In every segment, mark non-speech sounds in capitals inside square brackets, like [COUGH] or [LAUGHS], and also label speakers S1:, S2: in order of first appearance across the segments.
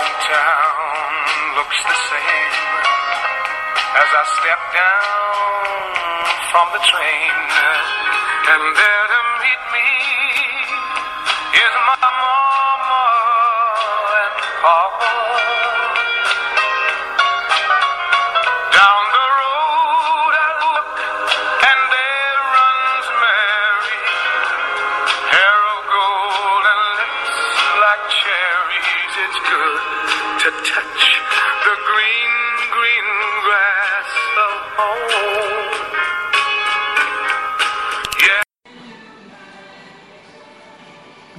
S1: town looks the same as I step down from the train. And there to meet me is my mama and papa. Down the road I look and there runs Mary. Hair of gold and lips like cherries. It's good to touch the green, green grass of home. Yeah.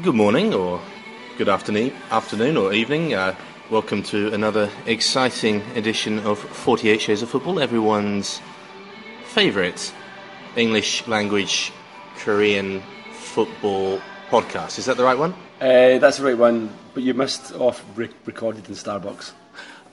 S2: Good morning, or good afternoon, afternoon or evening. Uh, welcome to another exciting edition of 48 Shades of Football, everyone's favourite English language Korean football podcast. Is that the right one?
S3: Uh, that's the right one, but you missed off re- recorded in Starbucks.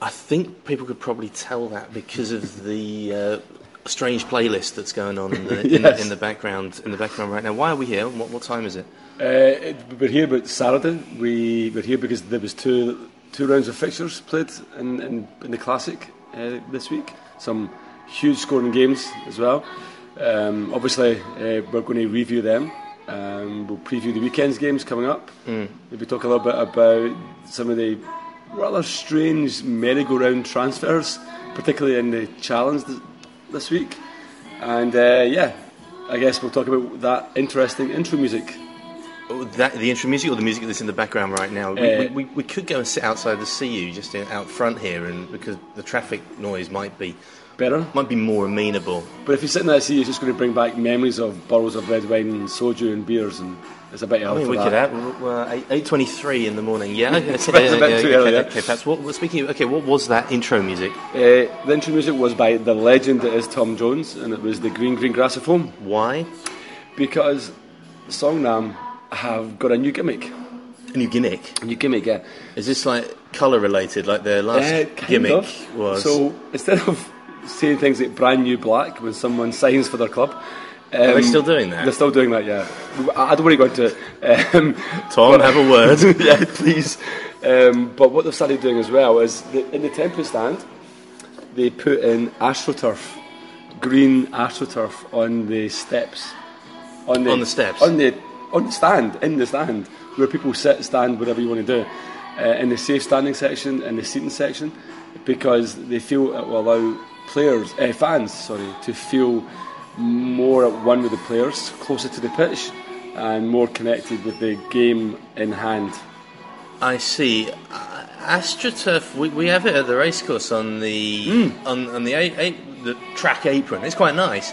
S2: I think people could probably tell that because of the uh, strange playlist that's going on in the, in, [LAUGHS] the,
S3: Yes.
S2: in the background. In the background right now. Why are we here? What, what time is it?
S3: Uh, it- we're here about Saturday. We were here because there was two two rounds of fixtures played in in, in the classic uh, this week. Some huge scoring games as well. Um, obviously, uh, we're going to review them. Um, we'll preview the weekend's games coming up. Maybe talk a little bit about some of the rather strange merry-go-round transfers, particularly in the challenge th- this week. And uh, yeah, I guess we'll talk about that interesting intro music.
S2: Oh, That, the intro music or the music that's in the background right now. We,
S3: Uh,
S2: we, we, we could go and sit outside the CU, just in, out front here, and because the traffic noise might be
S3: better.
S2: might be more amenable.
S3: But if you're sitting there, see, it's just going to bring back memories of bottles of red wine and soju and beers, and it's a bit
S2: I
S3: early
S2: mean,
S3: for
S2: we
S3: that.
S2: could have well, eight eight twenty-three in the morning.
S3: [LAUGHS]
S2: Yeah, okay, [LAUGHS]
S3: It's a bit- it's a bit too
S2: okay,
S3: early, yeah.
S2: Okay, perhaps. What, what- speaking. Of, okay, what was that intro music?
S3: Uh, the intro music was by the legend that is Tom Jones, and it was the Green Green Grass of Home
S2: Why?
S3: because Songnam have got a new gimmick.
S2: A new gimmick.
S3: A new gimmick, yeah.
S2: Is this like color related? Like their last
S3: Uh, kind
S2: gimmick
S3: of.
S2: was.
S3: So instead of saying things like brand new black when someone signs for their club, um,
S2: they still doing that?
S3: They're still doing that, yeah. I I don't want to go into it. Um,
S2: Tom, have a
S3: [LAUGHS]
S2: word.
S3: yeah, please. Um, but what they've started doing as well is that in the tempo stand, they put in astroturf, green astroturf on the steps, on the,
S2: On the steps?
S3: on the on the stand, in the stand where people sit, stand, whatever you want to do, uh, in the safe standing section and the seating section, because they feel it will allow players, uh, fans, sorry, to feel more at one with the players, closer to the pitch, and more connected with the game in hand.
S2: I see. Uh, AstroTurf, we, we have it at the racecourse on the
S3: Hmm.
S2: on, on the, a, a, the track apron. It's quite nice,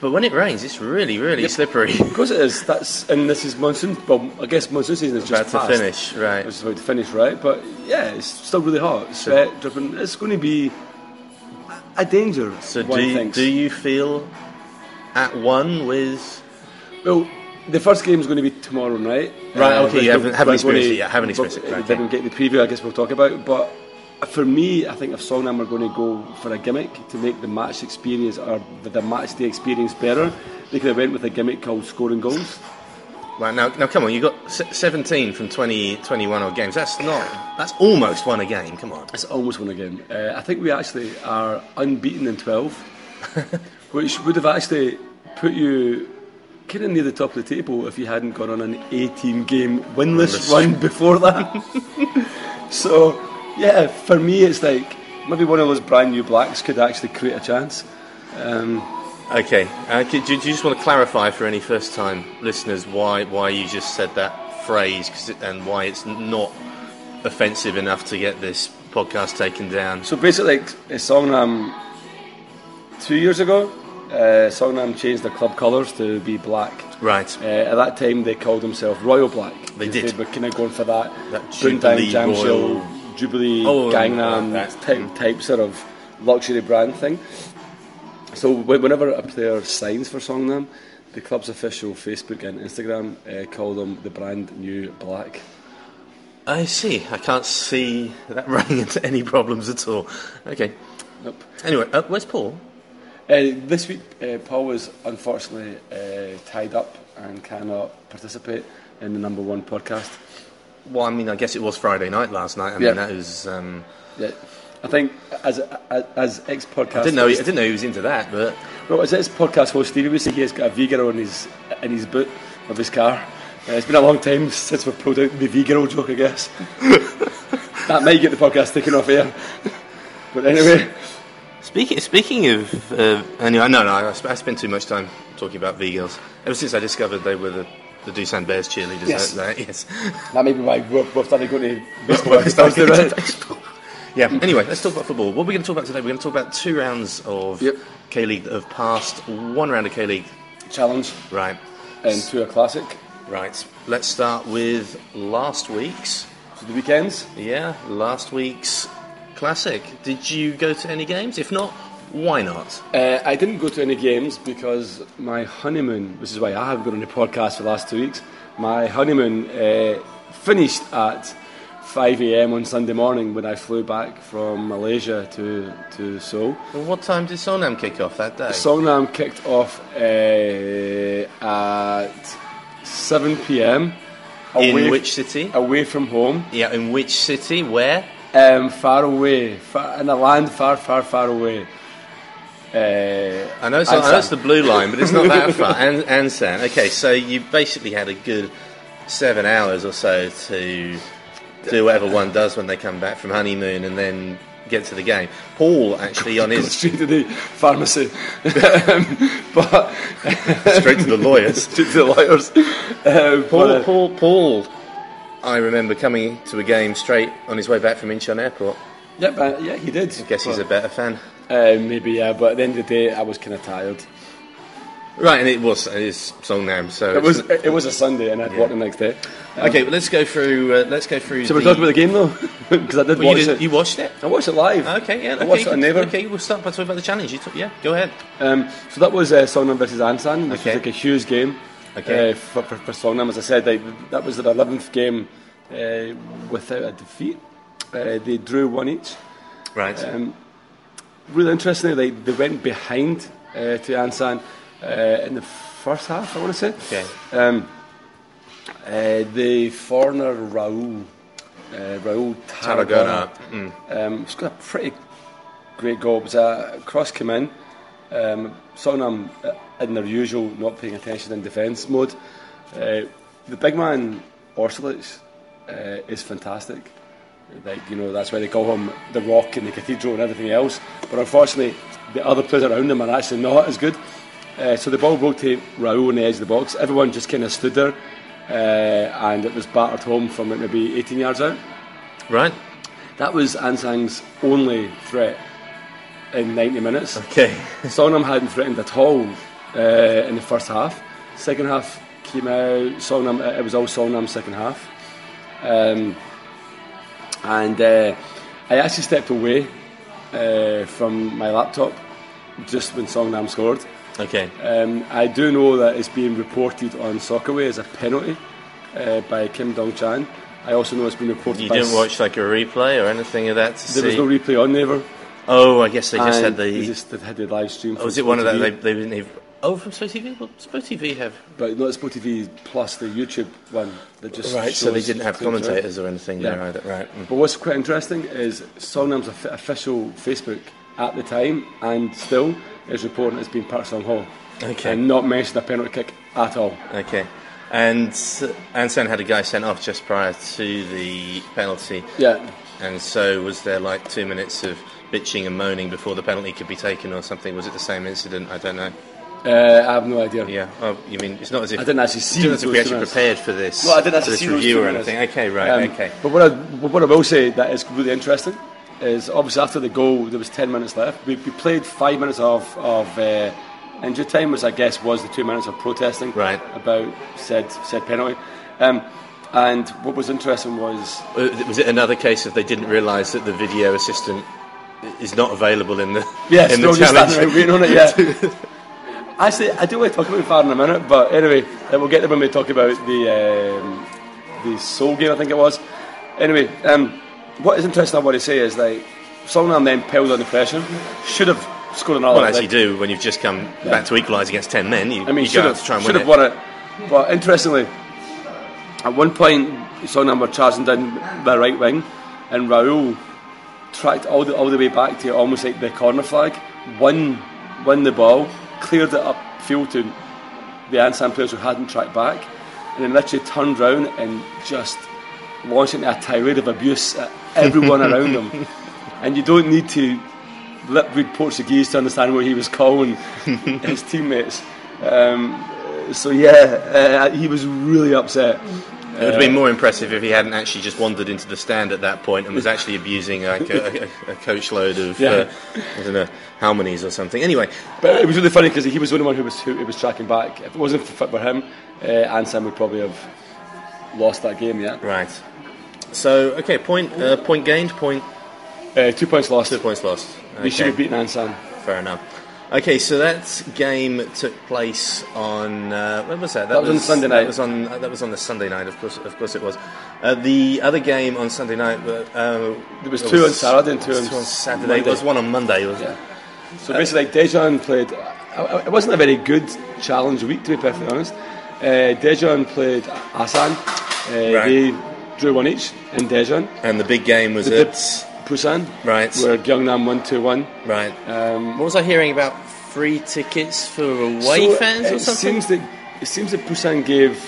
S2: but when it rains, it's really really slippery.
S3: Of course it is. That's and this is monsoon. Well, I guess monsoon season
S2: [LAUGHS]
S3: is
S2: About
S3: just
S2: to
S3: passed.
S2: finish, right?
S3: It's about to finish, right? But yeah, it's still really hot. Sweat dripping. It's going to be a danger.
S2: So
S3: one
S2: do you,
S3: thinks.
S2: do you feel at one with?
S3: Well, the first game is going to be tomorrow night.
S2: Right, okay,
S3: which
S2: you haven't-
S3: we're-
S2: haven't
S3: we're
S2: experienced
S3: gonna-
S2: it yet, haven't
S3: we're-
S2: experienced it, right,
S3: Didn't get the preview. I guess we'll talk about. But for me, I think if Songnam are going to go for a gimmick to make the match experience or the, the match day experience better, they could have went with a gimmick called scoring goals.
S2: Right now, now come on, you got se- seventeen from 20, 21 odd games. That's not. That's almost one a game. Come on.
S3: It's almost won again. Uh, I think we actually are unbeaten in 12, which would have actually put you kind of near the top of the table if you hadn't gone on an 18 game winless
S2: Winless.
S3: run before that. [LAUGHS] so, yeah, for me, it's like maybe one of those brand new blacks could actually create a chance.
S2: Okay. Uh, c- do, do you just want to clarify for any first time listeners why why you just said that phrase 'cause it, and why it's not offensive enough to get this podcast taken down?
S3: So basically, like, uh, Songnam two years ago, uh, Songnam changed their club colours to be black.
S2: Right.
S3: Uh, at that time, they called themselves Royal Black.
S2: They
S3: 'cause
S2: did.
S3: They were kind of going for that,
S2: That
S3: Boondang
S2: Jubilee
S3: Jamsil,
S2: Royal-
S3: Jubilee,
S2: Oh,
S3: Gangnam
S2: that.
S3: type, type sort of luxury brand thing. So wh- whenever a player signs for Songnam, the club's official Facebook and Instagram uh, call them the brand new Black.
S2: I see. I can't see that [LAUGHS] running into any problems at all. Okay.
S3: Nope.
S2: Anyway, uh, where's Paul?
S3: Uh, this week, uh, Paul was unfortunately uh, tied up and cannot participate in the number one podcast.
S2: Well, I mean, I guess it was Friday night last night. I mean,
S3: Yeah.
S2: that was. Um,
S3: Yeah. I think as as, as ex podcast,
S2: I didn't know. I didn't know he was into that, but
S3: Well, as ex podcast host, Stevie would say he has got a V girl in his in his boot of his car. Uh, it's been a long time since we've pulled out the V girl joke, I guess. that might get the podcast taken off air. But anyway,
S2: Speaking speaking of uh, anyway, no, no, I, sp- I spent too much time talking about V girls. Ever since I discovered they were the, the Doosan Bears cheerleaders.
S3: Yes.
S2: I- I- yes.
S3: that may be why we're, we're starting going to
S2: Well, it's [LAUGHS]
S3: Thursday, right?
S2: yeah. Anyway, let's talk about football. What are we going to talk about today? We're going to talk about two rounds of
S3: Yep.
S2: K League that have passed. One round of K League.
S3: challenge
S2: Right.
S3: and to a classic
S2: Right. Let's start with last week's.
S3: for the weekends.
S2: Yeah, last week's classic. Did you go to any games? If not, why not?
S3: Uh, I didn't go to any games because my honeymoon, which is why I haven't got on the podcast for the last two weeks, my honeymoon uh, finished at 5 a.m. on Sunday morning when I flew back from Malaysia to, to Seoul.
S2: Well, what time did Sonam kick off that day?
S3: Songnam kicked off uh, at 7 p.m.
S2: In
S3: away-
S2: which city?
S3: Away from home,
S2: Yeah, in which city? Where?
S3: um, far away, far, in a land far, far, far away. Uh,
S2: I know, it's, I know
S3: Ansan.
S2: it's the blue line, but it's not
S3: [LAUGHS]
S2: that far. An- Ansan. Okay, so you basically had a good seven hours or so to do whatever one does when they come back from honeymoon and then get to the game. Paul actually on
S3: Go [LAUGHS]
S2: his
S3: straight to the pharmacy. Um, but
S2: straight to the lawyers.
S3: [LAUGHS] to the lawyers. Um,
S2: Paul,
S3: but, uh,
S2: Paul, Paul. I remember coming to a game straight on his way back from Incheon Airport.
S3: yeah, but, yeah, he did.
S2: Guess he's a better fan.
S3: uh, maybe yeah, but at the end of the day, I was kind of tired.
S2: Right, and it was his song now. So
S3: It was it, was a Sunday, and I'd work the next day.
S2: okay. But let's go through. Uh, let's go through.
S3: So we're
S2: the-
S3: talking about the game [LAUGHS] though, because I did
S2: Well,
S3: watch
S2: you, did,
S3: it.
S2: you watched it.
S3: I watched it live.
S2: Okay, yeah.
S3: I
S2: Okay,
S3: watched
S2: you
S3: it on
S2: can-
S3: Naver.
S2: Okay, we'll start by talking about the challenge. You took, yeah, go ahead.
S3: Um, so that was uh, Songnam versus Ansan, which
S2: Okay.
S3: was like a huge game
S2: Okay.
S3: uh, for, for, for Songnam. As I said, like, that was their 11th game uh, without a defeat. Uh, they drew one each.
S2: Right.
S3: Um, really interestingly, they, they went behind uh, to Ansan uh, in the first half, I want to say.
S2: Okay.
S3: Um, uh, the foreigner Raul, uh, Raul Tarragona,
S2: Tarragona,
S3: um, he's got a pretty great goal. It was a cross came in. Um, Sonam, uh, in their usual not paying attention in defence mode, uh, the big man Orsulic uh, is fantastic. Like you know, that's why they call him the Rock and the Cathedral and everything else. But unfortunately, the other players around him are actually not as good. Uh, so the ball broke to Raul on the edge of the box. Everyone just kind of stood there, uh, and it was battered home from like, maybe 18 yards out.
S2: right.
S3: That was Ansang's only threat in 90 minutes.
S2: Okay.
S3: Songnam hadn't threatened at all uh, in the first half. Second half came out. Songnam, it was all Songnam second half. Um, and uh, I actually stepped away uh, from my laptop just when Songnam scored.
S2: Okay.
S3: Um, I do know that it's being reported on Soccerway as a penalty uh, by Kim Dong Chan. I also know it's been reported
S2: You
S3: by.
S2: didn't
S3: s-
S2: watch like a replay or anything of that to
S3: There was
S2: see.
S3: no replay on Naver.
S2: oh, I guess they just had
S3: And they
S2: the.
S3: just had the live stream.
S2: Oh,
S3: from
S2: was it one of that?
S3: TV.
S2: They, they didn't even. Oh, from Sport TV. Well, Sport TV have.
S3: But not Sport TV plus the YouTube one that just
S2: So they
S3: shows
S2: didn't have
S3: things, right?
S2: commentators or anything there
S3: Yeah.
S2: either. Right. mm.
S3: But what's quite interesting is Songnam's offi- official Facebook at the time and still is reporting it's been Park Song Hall.
S2: Okay.
S3: And not mentioned a penalty kick at all.
S2: Okay. And Anson had a guy sent off just prior to the penalty.
S3: Yeah.
S2: And so was there like two minutes of bitching and moaning before the penalty could be taken or something? Was it the same incident? I don't know.
S3: Uh, I have no idea.
S2: Yeah, oh, you mean it's not as if
S3: I didn't actually see
S2: It's not as if
S3: those
S2: we actually
S3: two minutes.
S2: prepared for this.
S3: Well, I didn't
S2: for
S3: actually
S2: this
S3: see those
S2: review
S3: two
S2: or
S3: minutes.
S2: anything. Okay, right,
S3: Um,
S2: okay.
S3: But what I, what I will say that is really interesting is obviously after the goal, there was 10 minutes left. We, we played five minutes of, of uh, injury time, which I guess was the two minutes of protesting
S2: Right.
S3: about said, said penalty. Um, and what was interesting was
S2: Uh, Was it another case of they didn't realise that the video assistant is not available in the
S3: Yes,
S2: in
S3: no,
S2: the
S3: just
S2: challenge?
S3: standing around waiting on it, yeah.
S2: [LAUGHS]
S3: Actually, I do want to talk about VAR in a minute, but anyway, uh, we'll get there when we talk about the um, the Seoul game, I think it was. Anyway, um, what is interesting, I want to say, is like Songnam then peeled under pressure, should have scored another.
S2: Well, as
S3: like,
S2: you do when you've just come back to equalise against ten men, you,
S3: I mean,
S2: you
S3: should
S2: go out
S3: have
S2: to try and
S3: should
S2: win
S3: have
S2: it.
S3: won it. But interestingly, at one point, Sonam were charging down the right wing, and Raul tracked all the all the way back to almost like the corner flag, won won the ball, cleared it upfield to the Ansan players who hadn't tracked back, and then literally turned round and just launched into a tirade of abuse at everyone around him. And you don't need to lip read Portuguese to understand what he was calling his teammates. Um, so yeah, uh, he was really upset.
S2: It would have been more impressive if he hadn't actually just wandered into the stand at that point and was actually abusing like a, a, a coach load of
S3: Yeah.
S2: uh, I don't know how many's or something. Anyway,
S3: But it was really funny because he was the only one who was who, who was tracking back. If it wasn't for, for him, uh, Ansan would probably have lost that game. Yeah,
S2: right. So okay, point uh, point gained, point
S3: uh, two points lost.
S2: two points lost.
S3: We should
S2: Okay.
S3: have beaten Ansan.
S2: Fair enough. Okay, so that game took place on uh, when was that? That,
S3: was on Sunday
S2: That
S3: night.
S2: was on uh, that was on the Sunday night. Of course, of course, it was. Uh, the other game on Sunday night. Uh, there
S3: was two on Saturday and two on
S2: Saturday.
S3: Monday.
S2: There was one on Monday. Wasn't
S3: Yeah. So
S2: Uh,
S3: basically, like Dejan played. uh, It wasn't a very good challenge week, to be perfectly honest. Uh, Dejan played Asan. Uh,
S2: Right.
S3: They drew one each in Dejan.
S2: it? And the big game was
S3: The-
S2: at
S3: Busan,
S2: right,
S3: where Gyeongnam won 2 1.
S2: right.
S3: Um,
S2: What was I hearing about? Free tickets for away
S3: So
S2: fans
S3: it
S2: or something?
S3: Seems that, it seems that Busan gave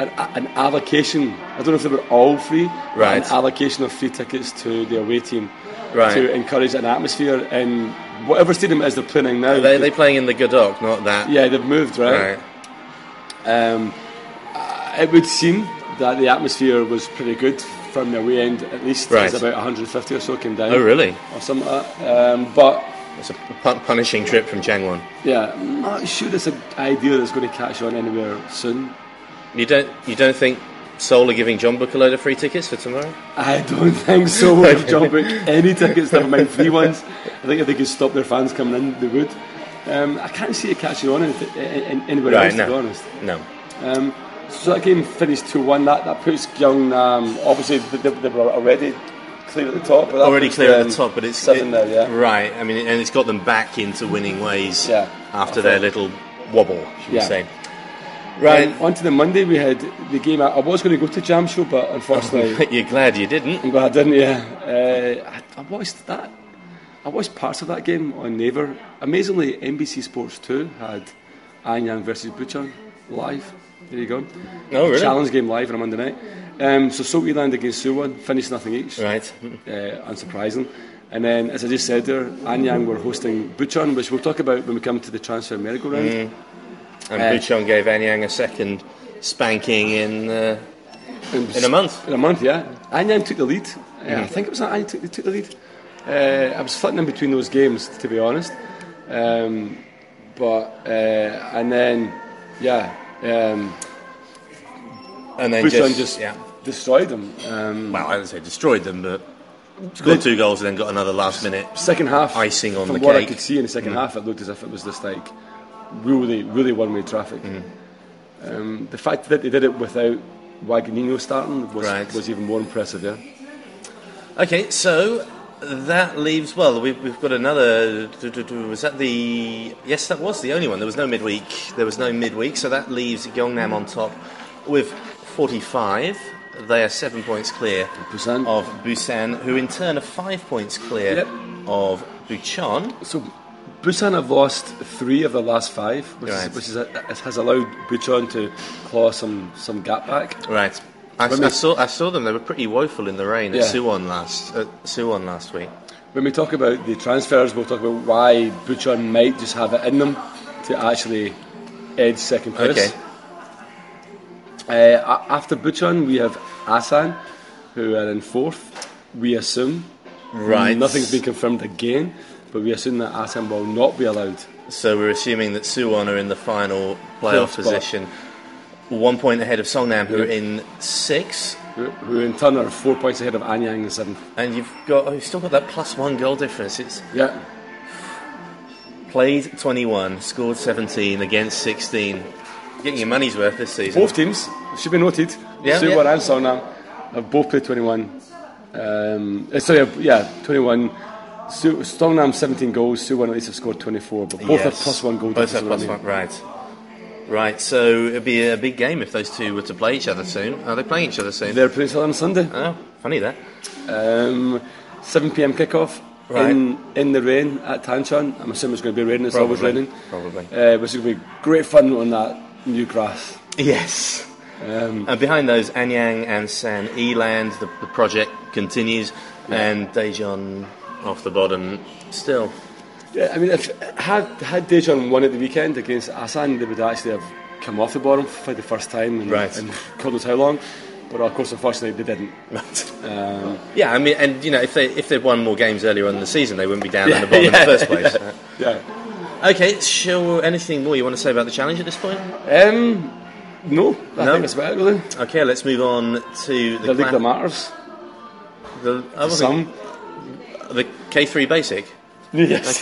S3: an, an allocation. I don't know if they were all free. but
S2: Right.
S3: An allocation of free tickets to the away team
S2: Right.
S3: to encourage an atmosphere in whatever stadium it is they're playing now.
S2: they they playing in the Godok, not that.
S3: yeah, they've moved,
S2: Right.
S3: Um, uh, it would seem that the atmosphere was pretty good from the away end, at least. It
S2: Right.
S3: was about 150 or so came down.
S2: Oh really?
S3: Or something like that. Um, but
S2: It's a pun- punishing trip from Changwon.
S3: yeah, I'm not sure it's an idea that's going to catch on anywhere soon.
S2: You don't you don't think Seoul are giving John Book a load of free tickets for tomorrow?
S3: I don't think so.
S2: [LAUGHS]
S3: Would have John Book any tickets, never mind free ones. I think if they could stop their fans coming in, they would. Um, I can't see it catching on anyth- a- a- anywhere else, to be
S2: no.
S3: honest.
S2: No.
S3: Um, so that game finished 2 1. That, that puts Gyeongnam, obviously, they, they were already clear at the top. But that
S2: Already
S3: puts
S2: clear at
S3: them
S2: the top, but it's
S3: Seven
S2: it-
S3: now, yeah.
S2: Right. I mean, and it's got them back into winning ways
S3: Yeah,
S2: after
S3: I
S2: their
S3: think.
S2: little wobble, should we
S3: Yeah.
S2: say? Right.
S3: Um, on to the Monday, we had the game. I, I was going to go to Jamshow, but unfortunately,
S2: [LAUGHS] You're glad you didn't.
S3: I'm glad I didn't. Yeah, uh, I, I watched that. I watched parts of that game on Naver. Amazingly, NBC Sports Two had Anyang versus Bucheon live. There you go.
S2: Oh, really?
S3: Challenge game live on a Monday night. Um, so Southiland against Suwon finished nothing each.
S2: Right.
S3: Uh, unsurprising. And then, as I just said there, Anyang were hosting Bucheon, which we'll talk about when we come to the transfer merry-go-round.
S2: Mm. And
S3: Uh,
S2: Buchon gave Anyang a second spanking in uh,
S3: And
S2: in a month.
S3: In a month, yeah. Anyang took the lead. Uh, I think it was Anyang took, took the lead. Uh, I was flitting in between those games, to be honest. Um, but uh, and then, yeah, um,
S2: And then
S3: Bucheon
S2: just,
S3: just,
S2: yeah.
S3: destroyed them. Um,
S2: Well, I don't say destroyed them, but scored two goals and then got another last minute.
S3: second half,
S2: Icing on
S3: from
S2: the
S3: what I
S2: cake. Mm-hmm.
S3: could see in the second half, it looked as if it was just like really, really one-way traffic.
S2: Mm-hmm.
S3: Um, the fact that they did it without Wagnino starting was,
S2: Right.
S3: was even more impressive. Yeah.
S2: Okay, so that leaves. Well, we've, we've got another. do- do- do- Was that the? Yes, that was the only one. There was no midweek. There was no midweek. So that leaves Gyeongnam on top with 45. They are seven points clear
S3: Busan.
S2: of Busan, who in turn are five points clear
S3: Yep.
S2: of Bucheon.
S3: So, Busan have lost three of the last five, which,
S2: Right.
S3: is, which is a, it has allowed Busan to claw some, some gap back.
S2: Right. I,
S3: When
S2: I
S3: we-
S2: saw I saw them. They were pretty woeful in the rain at
S3: Yeah.
S2: Suwon last at Suwon last week.
S3: When we talk about the transfers, we'll talk about why Busan might just have it in them to actually edge second place.
S2: Okay.
S3: Uh, a- after Busan, we have Asan, who are in fourth. We assume
S2: Right.
S3: Mm, nothing's been confirmed again, but we assume that Asan will not be allowed.
S2: So we're assuming that Suwon are in the final playoff
S3: Fourth spot.
S2: position, one point ahead of Songnam, who are in six,
S3: Who, who in turn are four points ahead of Anyang in seventh.
S2: and you've got oh, you've still got that plus one goal difference. It's
S3: Yeah,
S2: played twenty-one, scored seventeen against sixteen. Getting your money's worth this season.
S3: Both teams should be noted.
S2: Yeah.
S3: Yeah,
S2: Yeah.
S3: and Sonam have both played 21. Um, eh, sorry, yeah, 21. Su- Songnam 17 goals. Suwon at least have scored 24, but both
S2: Yes.
S3: have plus one goal.
S2: Both have
S3: difference
S2: plus one,
S3: already.
S2: right? Right, so it'd be a big game if those two were to play each other soon. Are they playing each other soon?
S3: They're playing each other on Sunday.
S2: oh, funny that.
S3: Um, 7 p.m. kickoff
S2: Right.
S3: in in the rain at Tanchan. I'm assuming it's going to be raining. It's always
S2: Probably,
S3: raining.
S2: probably.
S3: Uh, which is going to be great fun on that new grass.
S2: Yes.
S3: Um,
S2: And behind those, Anyang and San Eland, the, the project continues, and Daejeon off the bottom [LAUGHS] still.
S3: yeah, I mean, if had had Dejan won at the weekend against Asan, they would actually have come off the bottom for the first time. In,
S2: Right.
S3: In God knows how long. But of course, unfortunately, they didn't. Um,
S2: yeah, I mean, and you know, if they if they'd won more games earlier on in the season, they wouldn't be down in the
S3: Yeah,
S2: bottom in the
S3: yeah,
S2: first place.
S3: yeah.
S2: [LAUGHS] Okay, so anything more you want to say about the challenge at this point?
S3: Um, no, I
S2: No.
S3: think that's about it, really.
S2: Okay, let's move on to
S3: The
S2: the
S3: league
S2: cla-
S3: that matters.
S2: the, I wasn't-
S3: Some.
S2: the K3 Basic. [LAUGHS]
S3: Yes.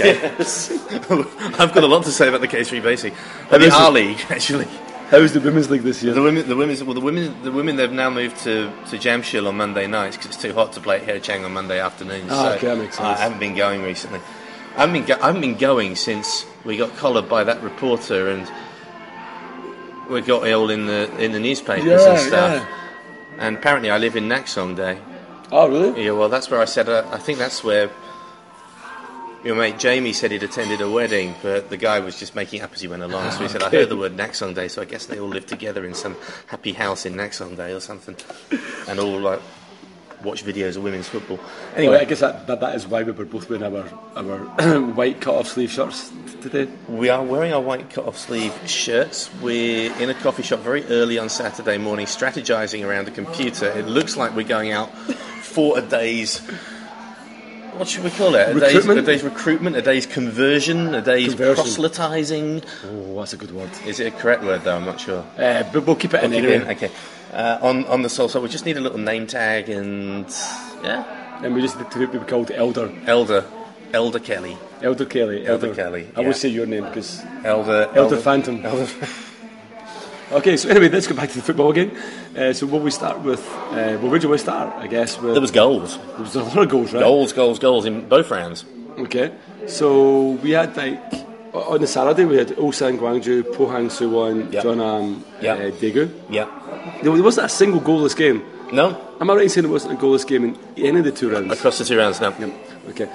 S3: [LAUGHS]
S2: Okay. I've got a lot to say about the K3 Basic.
S3: And
S2: The
S3: this
S2: R
S3: is-
S2: League, [LAUGHS] actually.
S3: How's the women's league this year?
S2: The women, the women's, well, the women, the women. They've now moved to to Jamshil on Monday nights because it's too hot to play at Herechang on Monday afternoons.
S3: Ah,
S2: so
S3: okay, that makes
S2: I
S3: sense.
S2: haven't been going recently. I haven't been, go- I haven't been going since we got collared by that reporter and we got ill in the in the newspapers and
S3: Yeah,
S2: stuff. And apparently, I live in Naxong Day.
S3: Oh, really?
S2: Yeah, well, that's where I said. Uh, I think that's where your mate Jamie said he'd attended a wedding, but the guy was just making up as he went along. So he said, "I heard the word Naxon Day, so I guess they all live together in some happy house in Naxon Day or something, and all like watch videos of women's football."
S3: Anyway, I
S2: Anyway,
S3: guess that, that, that is why we were both wearing our, our [CLEARS THROAT] white cut-off sleeve shirts t- today.
S2: we are wearing our white cut-off sleeve shirts. We're in a coffee shop very early on Saturday morning, strategizing around a computer. It looks like we're going out for a day's. What should we call it? A day's, a
S3: Recruitment?
S2: day's recruitment, a day's conversion, a day's
S3: Conversion.
S2: proselytizing.
S3: Oh, that's a good word.
S2: Is it a correct word though? I'm not sure.
S3: Uh, but we'll keep it in
S2: Keep
S3: anyway.
S2: it in, Okay. Uh, on on the soul, so we just need a little name tag and yeah,
S3: And we just need to be called Elder.
S2: Elder, Elder Kelly,
S3: Elder Kelly.
S2: Elder Kelly,
S3: I
S2: yeah.
S3: will say your name because...
S2: Elder
S3: Elder
S2: [LAUGHS]
S3: Phantom.
S2: Elder.
S3: Okay, so anyway, let's go back to the football again. Uh, so what we start with... Uh, well, where do we start? I guess with...
S2: There was goals,
S3: there was a lot of goals, right?
S2: goals, goals, goals in both rounds.
S3: Okay, so we had like on the Saturday we had Ulsan Gwangju, Pohang Suwon,
S2: Yep.
S3: Jeonnam,
S2: Yep.
S3: uh, Daegu.
S2: Yeah.
S3: There there wasn't a single goalless game.
S2: No.
S3: Am I right in saying there wasn't a goalless game in any of the two rounds?
S2: Across the two rounds now.
S3: Okay.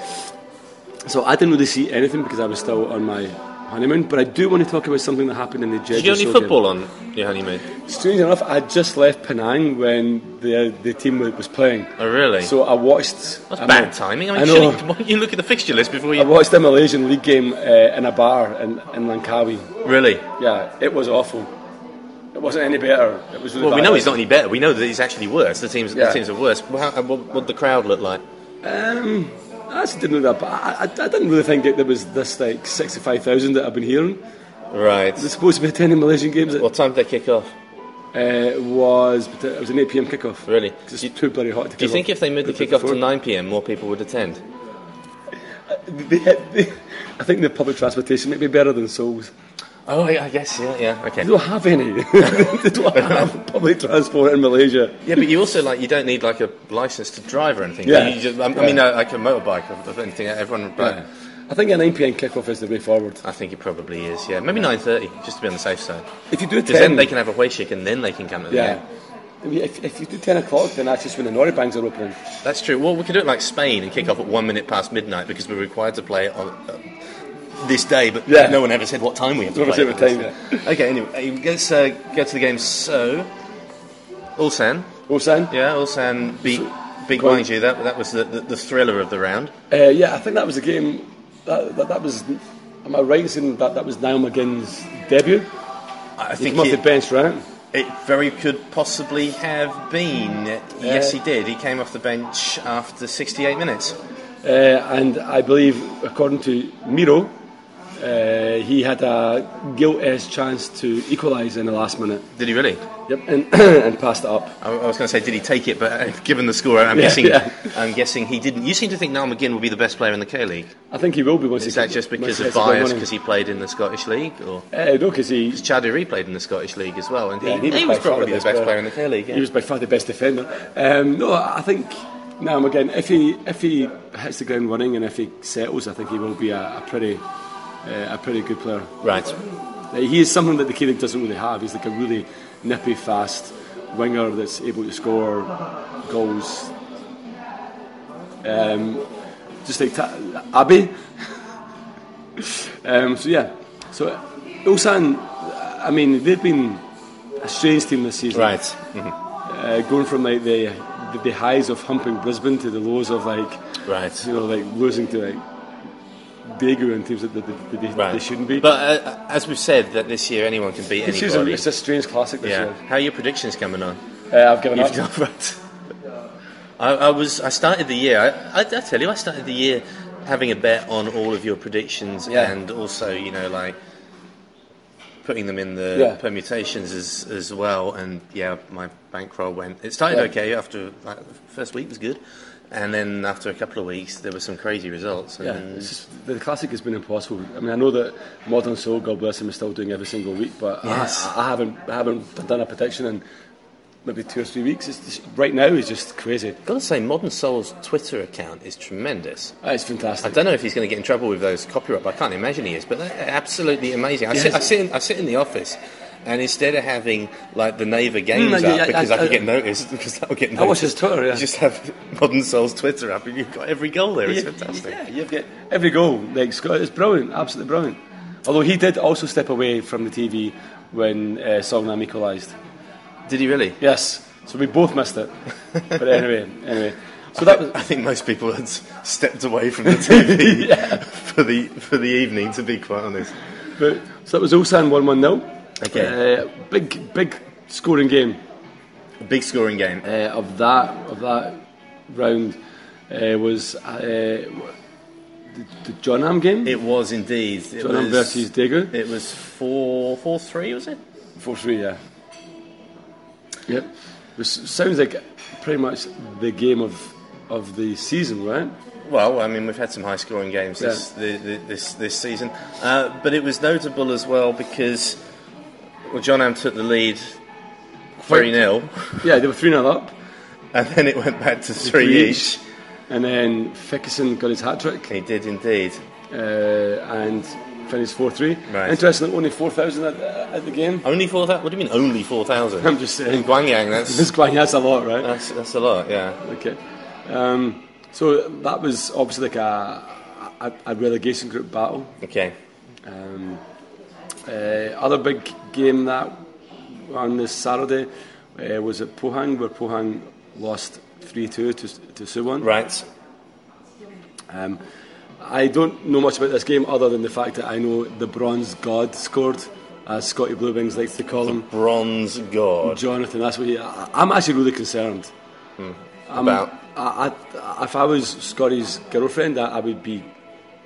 S3: So I didn't really see anything because I was still on my honeymoon, but I do want to talk about something that happened in the Jeju
S2: Did you get any
S3: Seoul
S2: football on your honeymoon?
S3: Game. Strange enough, I just left Penang when the the team was playing.
S2: Oh, really?
S3: So I watched.
S2: That's
S3: I'm
S2: bad
S3: a-
S2: timing. I mean,
S3: I know.
S2: surely- [LAUGHS] why don't you look at the fixture list before
S3: I
S2: you?
S3: watched a Malaysian league game uh, in a bar in, in Langkawi.
S2: Really?
S3: Yeah, it was awful. It wasn't any better. It was really
S2: Well, we
S3: bad.
S2: know he's not any better. We know that he's actually worse. The teams, the
S3: Yeah.
S2: teams are worse. Well, how, what would the crowd look like?
S3: Um, I just didn't know that, but I, I, I didn't really think that there was this like sixty-five thousand that I've been hearing.
S2: Right.
S3: They're supposed to be attending Malaysian games. It
S2: What time did they kick off?
S3: uh, was it was an eight pm kickoff.
S2: Really?
S3: 'Cause It's too bloody hot to.
S2: Do you think if they moved the kickoff to 9 p.m., more people would attend?
S3: I think the public transportation might be better than Seoul's.
S2: Oh, I, I guess, yeah, yeah, okay.
S3: They don't have any. [LAUGHS] they don't have public transport in Malaysia.
S2: [LAUGHS] Yeah, but you also like you don't need like a license to drive or anything.
S3: Yeah.
S2: You just, I, I mean, uh, like a motorbike or or anything. Everyone, but
S3: But I think an 9 pm kickoff is the way forward.
S2: I think it probably is. Yeah, maybe 9:30 just to be on the safe side.
S3: If you do
S2: Because then
S3: 10,
S2: they can have a Huayshik and then they can come to the
S3: Yeah.
S2: game.
S3: I mean, if, if you do 10 o'clock, then that's just when the Nori bangs are opening.
S2: That's true. Well, we could do it like Spain and kick off at one minute past midnight because we're required to play on uh, this day, but
S3: Yeah.
S2: no one ever said what time we have to
S3: No one
S2: play.
S3: said what time,
S2: Okay, anyway, uh, let's uh, go to the game. So, Ulsan.
S3: Ulsan?
S2: Yeah, Ulsan beat beat
S3: Quite-
S2: Guangzhou. That that was the, the, the thriller of the round.
S3: Uh, yeah, I think that was the game. That, that, that was. Am I right in saying that that was Niall McGinn's debut?
S2: I
S3: He
S2: think
S3: came off the
S2: it,
S3: bench, right?
S2: it very could possibly have been. yes, he did. He came off the bench after 68 minutes.
S3: Uh, and I believe, according to Miro, uh, he had a guilt edged chance to equalise in the last minute.
S2: Did he really?
S3: Yep, and, [CLEARS THROAT] and passed it up.
S2: I, I was going to say, did he take it? But uh, [LAUGHS] given the score, I'm
S3: Yeah,
S2: guessing
S3: yeah.
S2: I'm guessing he didn't. You seem to think Niall McGinn will be the best player in the K League.
S3: I think he will be once
S2: Is
S3: he
S2: that
S3: gets-
S2: just
S3: once
S2: because
S3: he
S2: of
S3: gets the big
S2: bias
S3: money.
S2: because he played in the Scottish League, or
S3: Uh, no, because he,
S2: Chaduri played in the Scottish League as well? And
S3: Yeah,
S2: he,
S3: he was
S2: he was
S3: by far
S2: probably the best player in the K League.
S3: He was by far the best defender. Um, no, I think now again, if he if he hits the ground running and if he settles, I think he will be a, a pretty uh, a pretty good player.
S2: Right.
S3: Uh, he is something that the K League doesn't really have. He's like a really nippy, fast winger that's able to score goals. Um, just like Ta- Abbey. [LAUGHS] um, so yeah, so Ulsan. I mean, they've been a strange team this season
S2: Right.
S3: uh, going from like the, the the highs of humping Brisbane to the lows of like
S2: Right.
S3: you know like losing to like Daegu and teams that they, they, they,
S2: Right.
S3: they shouldn't be.
S2: But uh, as we've said, that this year anyone can beat
S3: it's, a,
S2: anybody.
S3: it's a strange classic this
S2: yeah. How are your predictions coming on?
S3: year. Uh, I've given
S2: You've
S3: up.
S2: done right. I, I was. I started the year. I, I, I tell you, I started the year having a bet on all of your predictions,
S3: Yeah.
S2: and also, you know, like putting them in the
S3: Yeah.
S2: permutations as as well. And yeah, my bankroll went. It started
S3: Yeah.
S2: okay after like, the first week was good, and then after a couple of weeks, there were some crazy results. And
S3: Yeah, it's just, the classic has been impossible. I mean, I know that Modern Soul, God bless him, is still doing every single week, but I-
S2: Yes.
S3: I, I haven't I haven't done a prediction in maybe two or three weeks. It's just, right now is just crazy.
S2: gotta say, Modern Soul's Twitter account is tremendous.
S3: Ah, It's
S2: I
S3: fantastic.
S2: don't know if he's going to get in trouble with those copyright. But I can't imagine he is, but they're absolutely amazing. I, sit, I, sit in, I sit in the office, and instead of having like the Naver games
S3: Mm, yeah,
S2: up
S3: yeah,
S2: because I,
S3: I-
S2: could
S3: I-
S2: get noticed, [LAUGHS] because that would get noticed.
S3: I watch his Twitter, yeah.
S2: You just have Modern Souls Twitter up, and you've got every goal there. It's
S3: Yeah,
S2: fantastic.
S3: Yeah, you've got every goal. Like Scott is brilliant, absolutely brilliant. Although he did also step away from the TV when uh, Songnam equalised.
S2: Did he really?
S3: Yes, so we both missed it. But anyway, [LAUGHS] anyway. So that was
S2: I think most people had s- stepped away from the
S3: [LAUGHS]
S2: [LAUGHS] TV for the for the evening. To be quite honest,
S3: but, so that was Ulsan one one 0
S2: Okay.
S3: Uh, big big scoring game
S2: a big scoring game.
S3: uh, of that of that round uh, was uh, the, the Jonham game.
S2: It was indeed. It
S3: Jonham
S2: was,
S3: versus Daegu.
S2: It was four four three, was it?
S3: Four three, yeah. Yep. Which sounds like pretty much the game of of the season, right?
S2: Well, I mean, we've had some high scoring games this, the, the, this, this season, uh, but it was notable as well because well, John Am took the lead 3 0,
S3: Yeah, they were three 0 up,
S2: and then it went back to 3,
S3: three
S2: each.
S3: each. and then Fickerson got his hat trick
S2: He did indeed.
S3: uh, and finished four three.
S2: Right.
S3: Interestingly, only four thousand at, at the game.
S2: Only 4,000? What do you mean, only 4,000?
S3: I'm just saying.
S2: In Guangyang, that's,
S3: [LAUGHS] This guy that's a lot, right?
S2: that's, that's a lot, yeah.
S3: Okay. Um, so that was obviously like a a, a relegation group battle.
S2: Okay.
S3: Um, uh, other big game that on this Saturday uh, was at Pohang, where Pohang lost 3 2 to, to Suwon.
S2: Right.
S3: Um, I don't know much about this game other than the fact that I know the bronze god scored, as Scotty Blue Wings likes to call him.
S2: Bronze God.
S3: Jonathan, that's what he. I, I'm actually really concerned. I'm-
S2: About?
S3: I, I, if I was Scotty's girlfriend, I, I would be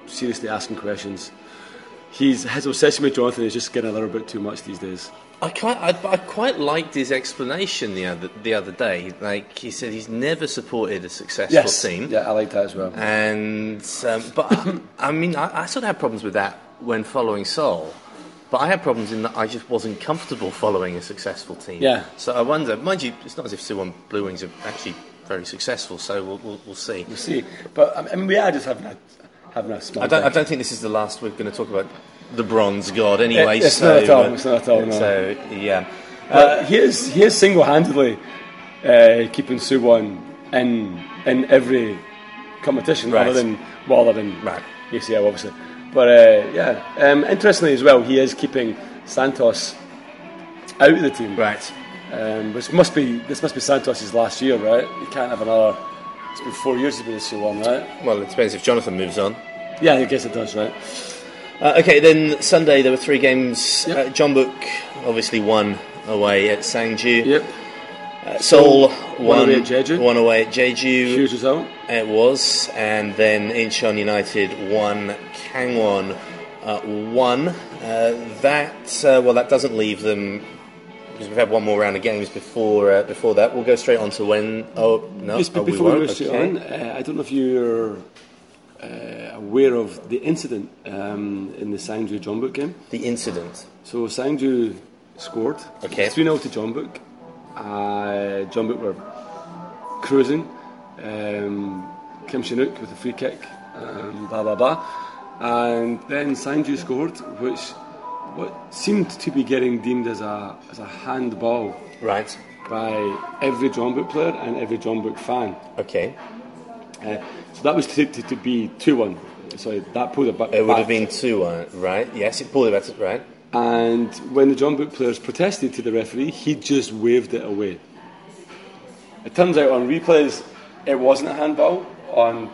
S3: seriously asking questions. He's, his obsession with Jonathan is just getting a little bit too much these days.
S2: I quite, I, I quite liked his explanation the other, the other day. Like, he said he's never supported a successful team.
S3: Yeah, I like that as well.
S2: And um, but
S3: [LAUGHS]
S2: I, I mean, I, I sort of had problems with that when following Seoul. But I had problems in that I just wasn't comfortable following a successful team.
S3: Yeah.
S2: So I wonder, mind you, it's not as if Suwon Blue Wings are actually very successful. So we'll, we'll, we'll see.
S3: We'll see. But I mean, we are just having a, having a small
S2: I don't, I
S3: think.
S2: don't think this is the last we're going to talk about the Bronze God anyway.
S3: It- Eh, it's
S2: so,
S3: not at all,
S2: uh,
S3: it's not at all, no.
S2: So yeah,
S3: Uh, here's here's single-handedly uh, keeping Suwon in in every competition,
S2: Right.
S3: other than well, other than
S2: Right.
S3: ACL obviously. But uh, yeah, um, interestingly as well, he is keeping Santos out of the team,
S2: right.
S3: um, which must be this must be Santos's last year, right? He can't have another. It's been four years he's been in Suwon, right?
S2: Well, it depends if Jonathan moves on.
S3: Yeah, I guess it does, right?
S2: Uh, okay, then Sunday there were three games.
S3: Yep.
S2: Uh, John Book obviously won away at Sangju.
S3: Yep,
S2: Seoul
S3: One
S2: won
S3: away at Jeju.
S2: One away at Jeju.
S3: huge result.
S2: It was, and then Incheon United won. Kangwon uh, one. Uh, that uh, well, that doesn't leave them because we've had one more round of games before uh, before that. We'll go straight on to when. Oh no,
S3: Just
S2: oh,
S3: before we,
S2: won't,
S3: go straight
S2: okay.
S3: on, uh, I don't know if you're uh, aware of the incident um, in the Sangju Jombuk game.
S2: The incident.
S3: So Sangju scored.
S2: Okay.
S3: 3 0 to Jombuk. Uh, Jombuk were cruising. Um, Kim Chinook with a free kick. Um, blah, blah, blah. And then Sangju scored, which what seemed to be getting deemed as a as a handball
S2: Right.
S3: by every John Book player and every John Book fan.
S2: Okay.
S3: Uh, so that was to, to, to be two one. Sorry, that pulled it back.
S2: It would have
S3: back.
S2: been 2 1, right? Yes, it pulled it back, to- right?
S3: And when the John Book players protested to the referee, he just waved it away. It turns out on replays, it wasn't a handball. On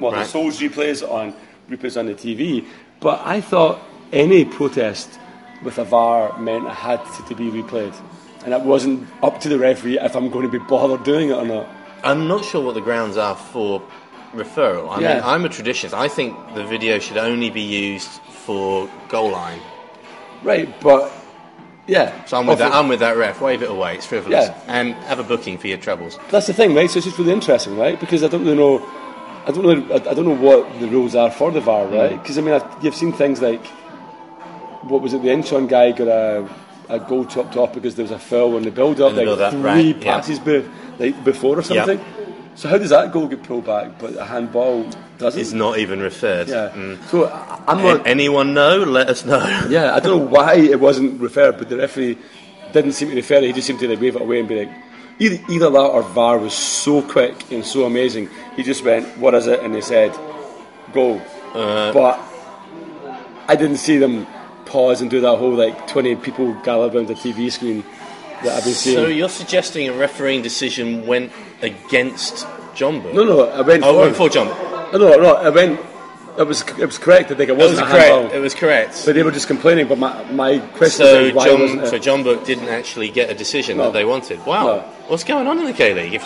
S3: well, the
S2: Right.
S3: Souls replays, on replays on the TV. But I thought any protest with a VAR meant it had to, to be replayed, and it wasn't up to the referee if I'm going to be bothered doing it or not.
S2: I'm not sure what the grounds are for referral. I mean,
S3: Yeah.
S2: I'm a traditionalist. I think the video should only be used for goal line.
S3: Right, but yeah.
S2: So I'm with,
S3: Off-
S2: that, I'm with that ref. Wave it away. It's frivolous.
S3: Yeah.
S2: And have a booking for your troubles.
S3: That's the thing, right? So it's just really interesting, right? Because I don't really know, I don't really, I, I don't know what the rules are for the VAR,
S2: Mm.
S3: right? Because I mean, I, you've seen things like, what was it? The Incheon guy got a, a goal chopped off because there was a foul in the build-up,
S2: In the
S3: like
S2: build-up,
S3: three
S2: right, yeah.
S3: passes be, like before or something. So how does that goal get pulled back, but a handball doesn't?
S2: It's not even referred.
S3: yeah.
S2: Mm.
S3: So I, I'm
S2: A-
S3: not.
S2: anyone know? Let us know.
S3: [LAUGHS] yeah, I don't know why it wasn't referred, but the referee didn't seem to refer it. He just seemed to like wave it away and be like, either, either that or VAR was so quick and so amazing. He just went, "What is it?" and they said, "Go."
S2: Uh-huh.
S3: but I didn't see them pause and do that whole like twenty people gather around the TV screen that I've been seeing.
S2: [LAUGHS] So you're suggesting a refereeing decision went against John Book?
S3: no, no, I went.
S2: Oh,
S3: for,
S2: went for John.
S3: No, no, no, I went. It was it was correct. I think it
S2: It was
S3: wasn't a
S2: correct.
S3: handball.
S2: It was correct.
S3: But they were just complaining. But my my question
S2: So
S3: is why wasn't
S2: John,
S3: it?
S2: so John Book didn't actually get a decision
S3: No.
S2: that they wanted. Wow,
S3: No.
S2: what's going on in the K League?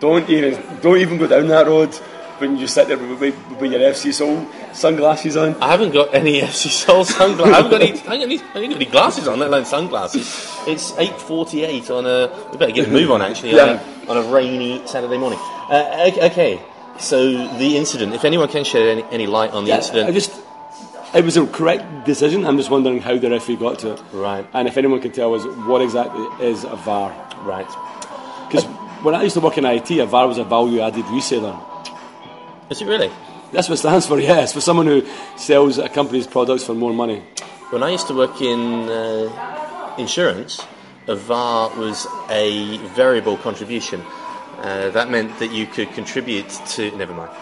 S3: Don't even don't even go down that road when you sit there with, with, with your FC Soul sunglasses on.
S2: I haven't got any [LAUGHS] FC Soul sunglasses. I haven't got any, I haven't got any, I haven't got any glasses on, let alone sunglasses. It's eight forty-eight on a. We better get a move on actually.
S3: Yeah.
S2: On, a, on a rainy Saturday morning. Uh, ok- okay, so the incident. If anyone can shed any, any light on the incident,
S3: I just it was a correct decision. I'm just wondering how the referee got to it.
S2: Right.
S3: And if anyone can tell us what exactly is a VAR?
S2: right?
S3: Because when I used to work in IT, a VAR was a value-added reseller.
S2: Is it really?
S3: That's what it stands for. Yes, for someone who sells a company's products for more money.
S2: When I used to work in uh, insurance, a VAR was a variable contribution. Uh, that meant that you could contribute to. Never mind.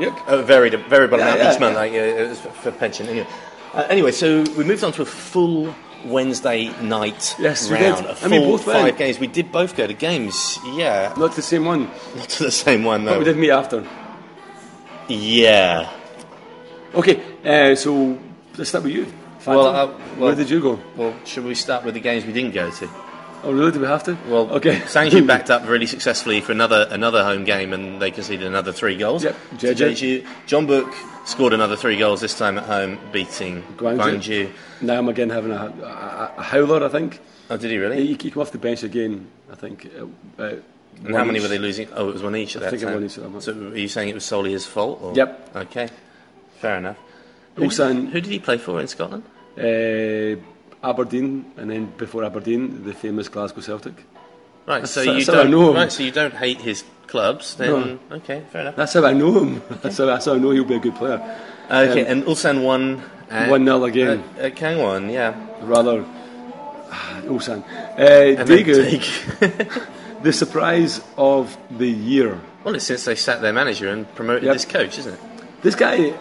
S3: Yep.
S2: A varied, variable amount
S3: yeah,
S2: each month,
S3: yeah.
S2: like, uh, it was for- for pension. Anyway. Uh, anyway, so we moved on to a full Wednesday night
S3: Yes, we did.
S2: round. A
S3: I mean,
S2: full
S3: both
S2: five
S3: went.
S2: games. We did both go to games. Yeah, [LAUGHS]
S3: Not the same one.
S2: not to the same one though.
S3: We did meet after.
S2: Yeah.
S3: Okay. Uh, so let's start with you. Phantom.
S2: Well, uh, well-
S3: where did you go?
S2: Well, should we start with the games we didn't go to?
S3: Oh, really? Do we have to?
S2: Well,
S3: okay. [LAUGHS]
S2: Sanju backed up really successfully for another another home game, and they conceded another three goals.
S3: Yep,
S2: To
S3: Jeju.
S2: Jeju. John Book scored another three goals this time at home, beating
S3: Gwangju.
S2: Gwangju.
S3: Now I'm again having a, a, a howler, I think.
S2: Oh, did he really?
S3: He, he came off the bench again, I think. Uh, uh,
S2: and how many were they losing? Oh, it was one each at that
S3: think it
S2: time.
S3: was one each at that point.
S2: so, are you saying it was solely his fault? Or?
S3: Yep.
S2: Okay. Fair enough. Who,
S3: Ulsan,
S2: who did he play for in Scotland?
S3: uh, Aberdeen, and then before Aberdeen, the famous Glasgow Celtic.
S2: Right. So
S3: That's-
S2: you
S3: that's how I
S2: don't.
S3: know him.
S2: right. So you don't hate his clubs. Then okay. Fair enough.
S3: That's how I know him. [LAUGHS] That's, how, that's how I know he'll be a good player.
S2: Okay. and Ulsan won. At,
S3: 1-0 um, again.
S2: At, at Kangwon. Yeah.
S3: Rather, Ulsan. Uh,
S2: And then
S3: Daegu,
S2: Daegu.
S3: the surprise of the year.
S2: [LAUGHS] Well, it's since they sacked their manager and promoted
S3: Yep.
S2: this coach, isn't it?
S3: This guy,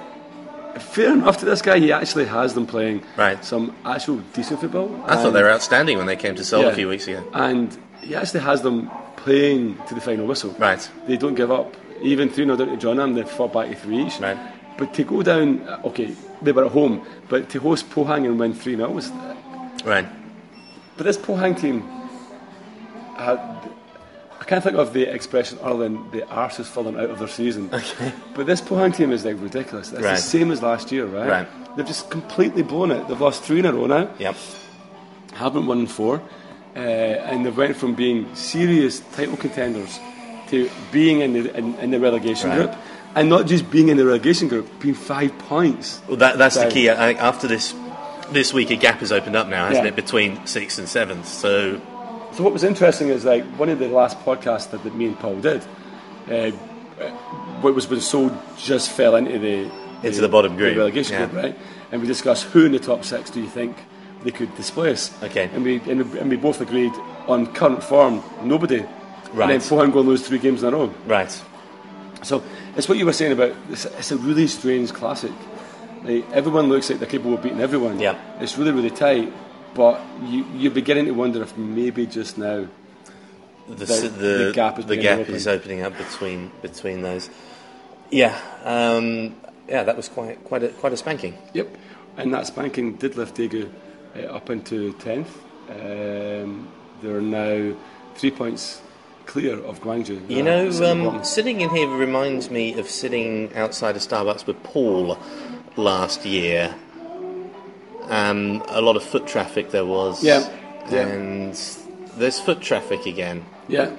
S3: fair enough to this guy, he actually has them playing
S2: Right.
S3: some actual decent football.
S2: I thought they were outstanding when they came to Seoul
S3: Um, Yeah.
S2: a few weeks ago.
S3: And he actually has them playing to the final whistle.
S2: Right.
S3: They don't give up. Even 3 0 down to Jonham, they fought back to 3 each.
S2: Right.
S3: But to go down, uh, okay, they were at home, but to host Pohang and win 3 0 was.
S2: Right.
S3: But this Pohang team, had, I can't think of the expression other than the arse is falling out of
S2: [LAUGHS]
S3: their season. Okay. But this Pohang team is like ridiculous. It's the
S2: Right.
S3: same as last year, right?
S2: Right.
S3: They've just completely blown it. They've lost three in a row now
S2: Yep.
S3: haven't won in four, uh, and they went from being serious title contenders to being in the in, in the relegation
S2: Right.
S3: group, and not just being in the relegation group, being five points.
S2: Well, that, that's the
S3: Right.
S2: key. I think after this, this week a gap has opened up now, hasn't
S3: Yeah.
S2: it, between sixth and seventh? So
S3: So what was interesting is like one of the last podcasts that, that me and Paul did, uh, uh, what was when Soul just fell into the
S2: Into the bottom group,
S3: relegation
S2: yeah.
S3: group, right? And we discussed who in the top six do you think they could displace?
S2: Okay.
S3: And we and, we- and we both agreed on current form, nobody. And then
S2: Right.
S3: Fulham go and lose three games in a row.
S2: Right.
S3: So it's what you were saying about it's, it's a really strange classic. Like, everyone looks like they're capable of beating everyone.
S2: Yeah.
S3: It's really, really tight, but you, you're beginning to wonder if maybe just now.
S2: the,
S3: the-
S2: the,
S3: the gap is
S2: the gap
S3: beginning to open.
S2: is opening up between between those. Yeah, um, yeah, that was quite quite a, quite a spanking.
S3: Yep. And that spanking did lift Daegu uh, up into 10th. Um, they're now three points clear of Guangzhou.
S2: You
S3: They're
S2: know,
S3: sitting
S2: um,
S3: bottom.
S2: sitting in here reminds me of sitting outside a Starbucks with Paul last year. Um, a lot of foot traffic there was.
S3: Yeah, yeah.
S2: And there's foot traffic again.
S3: yeah.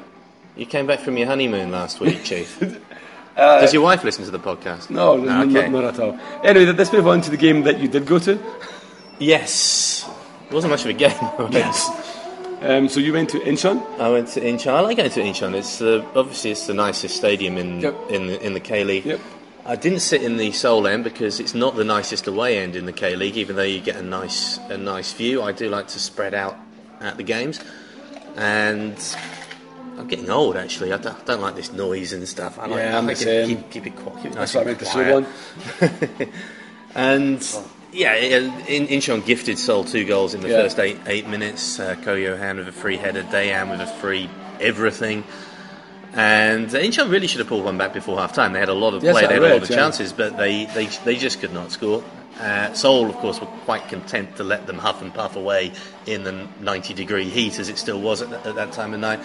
S2: You came back from your honeymoon last
S3: [LAUGHS]
S2: week, Chief. Does your wife listen to the podcast?
S3: Uh, No, no,
S2: Ah, okay.
S3: not, not at all. Anyway, let's move on to the game that you did go to.
S2: Yes. It wasn't much of a game. [LAUGHS] though.
S3: Um, so you went to Incheon.
S2: I went to Incheon. I like going to Incheon. It's uh, obviously it's the nicest stadium in
S3: Yep.
S2: in the, in the K League.
S3: Yep.
S2: I didn't sit in the Seoul end because it's not the nicest away end in the K League. Even though you get a nice a nice view, I do like to spread out at the games. And I'm getting old actually. I don't, I don't like this noise and stuff. I like,
S3: Yeah, I'm
S2: I like
S3: the
S2: it-
S3: same.
S2: Keep, keep it quiet. Keep it
S3: That's
S2: nice
S3: what I
S2: and
S3: meant to say.
S2: quiet.
S3: One.
S2: And yeah, i- in, Incheon gifted Seoul two goals in the
S3: Yeah.
S2: first eight eight minutes. Uh, Ko Johan with a free header, Dayan with a free everything. And Incheon really should have pulled one back before half time. They had a lot of
S3: Yes,
S2: play,
S3: I
S2: they had a
S3: read,
S2: lot of
S3: yeah.
S2: chances, but they, they, they just could not score. Uh, Seoul, of course, were quite content to let them huff and puff away in the 90 degree heat as it still was at, at that time of night.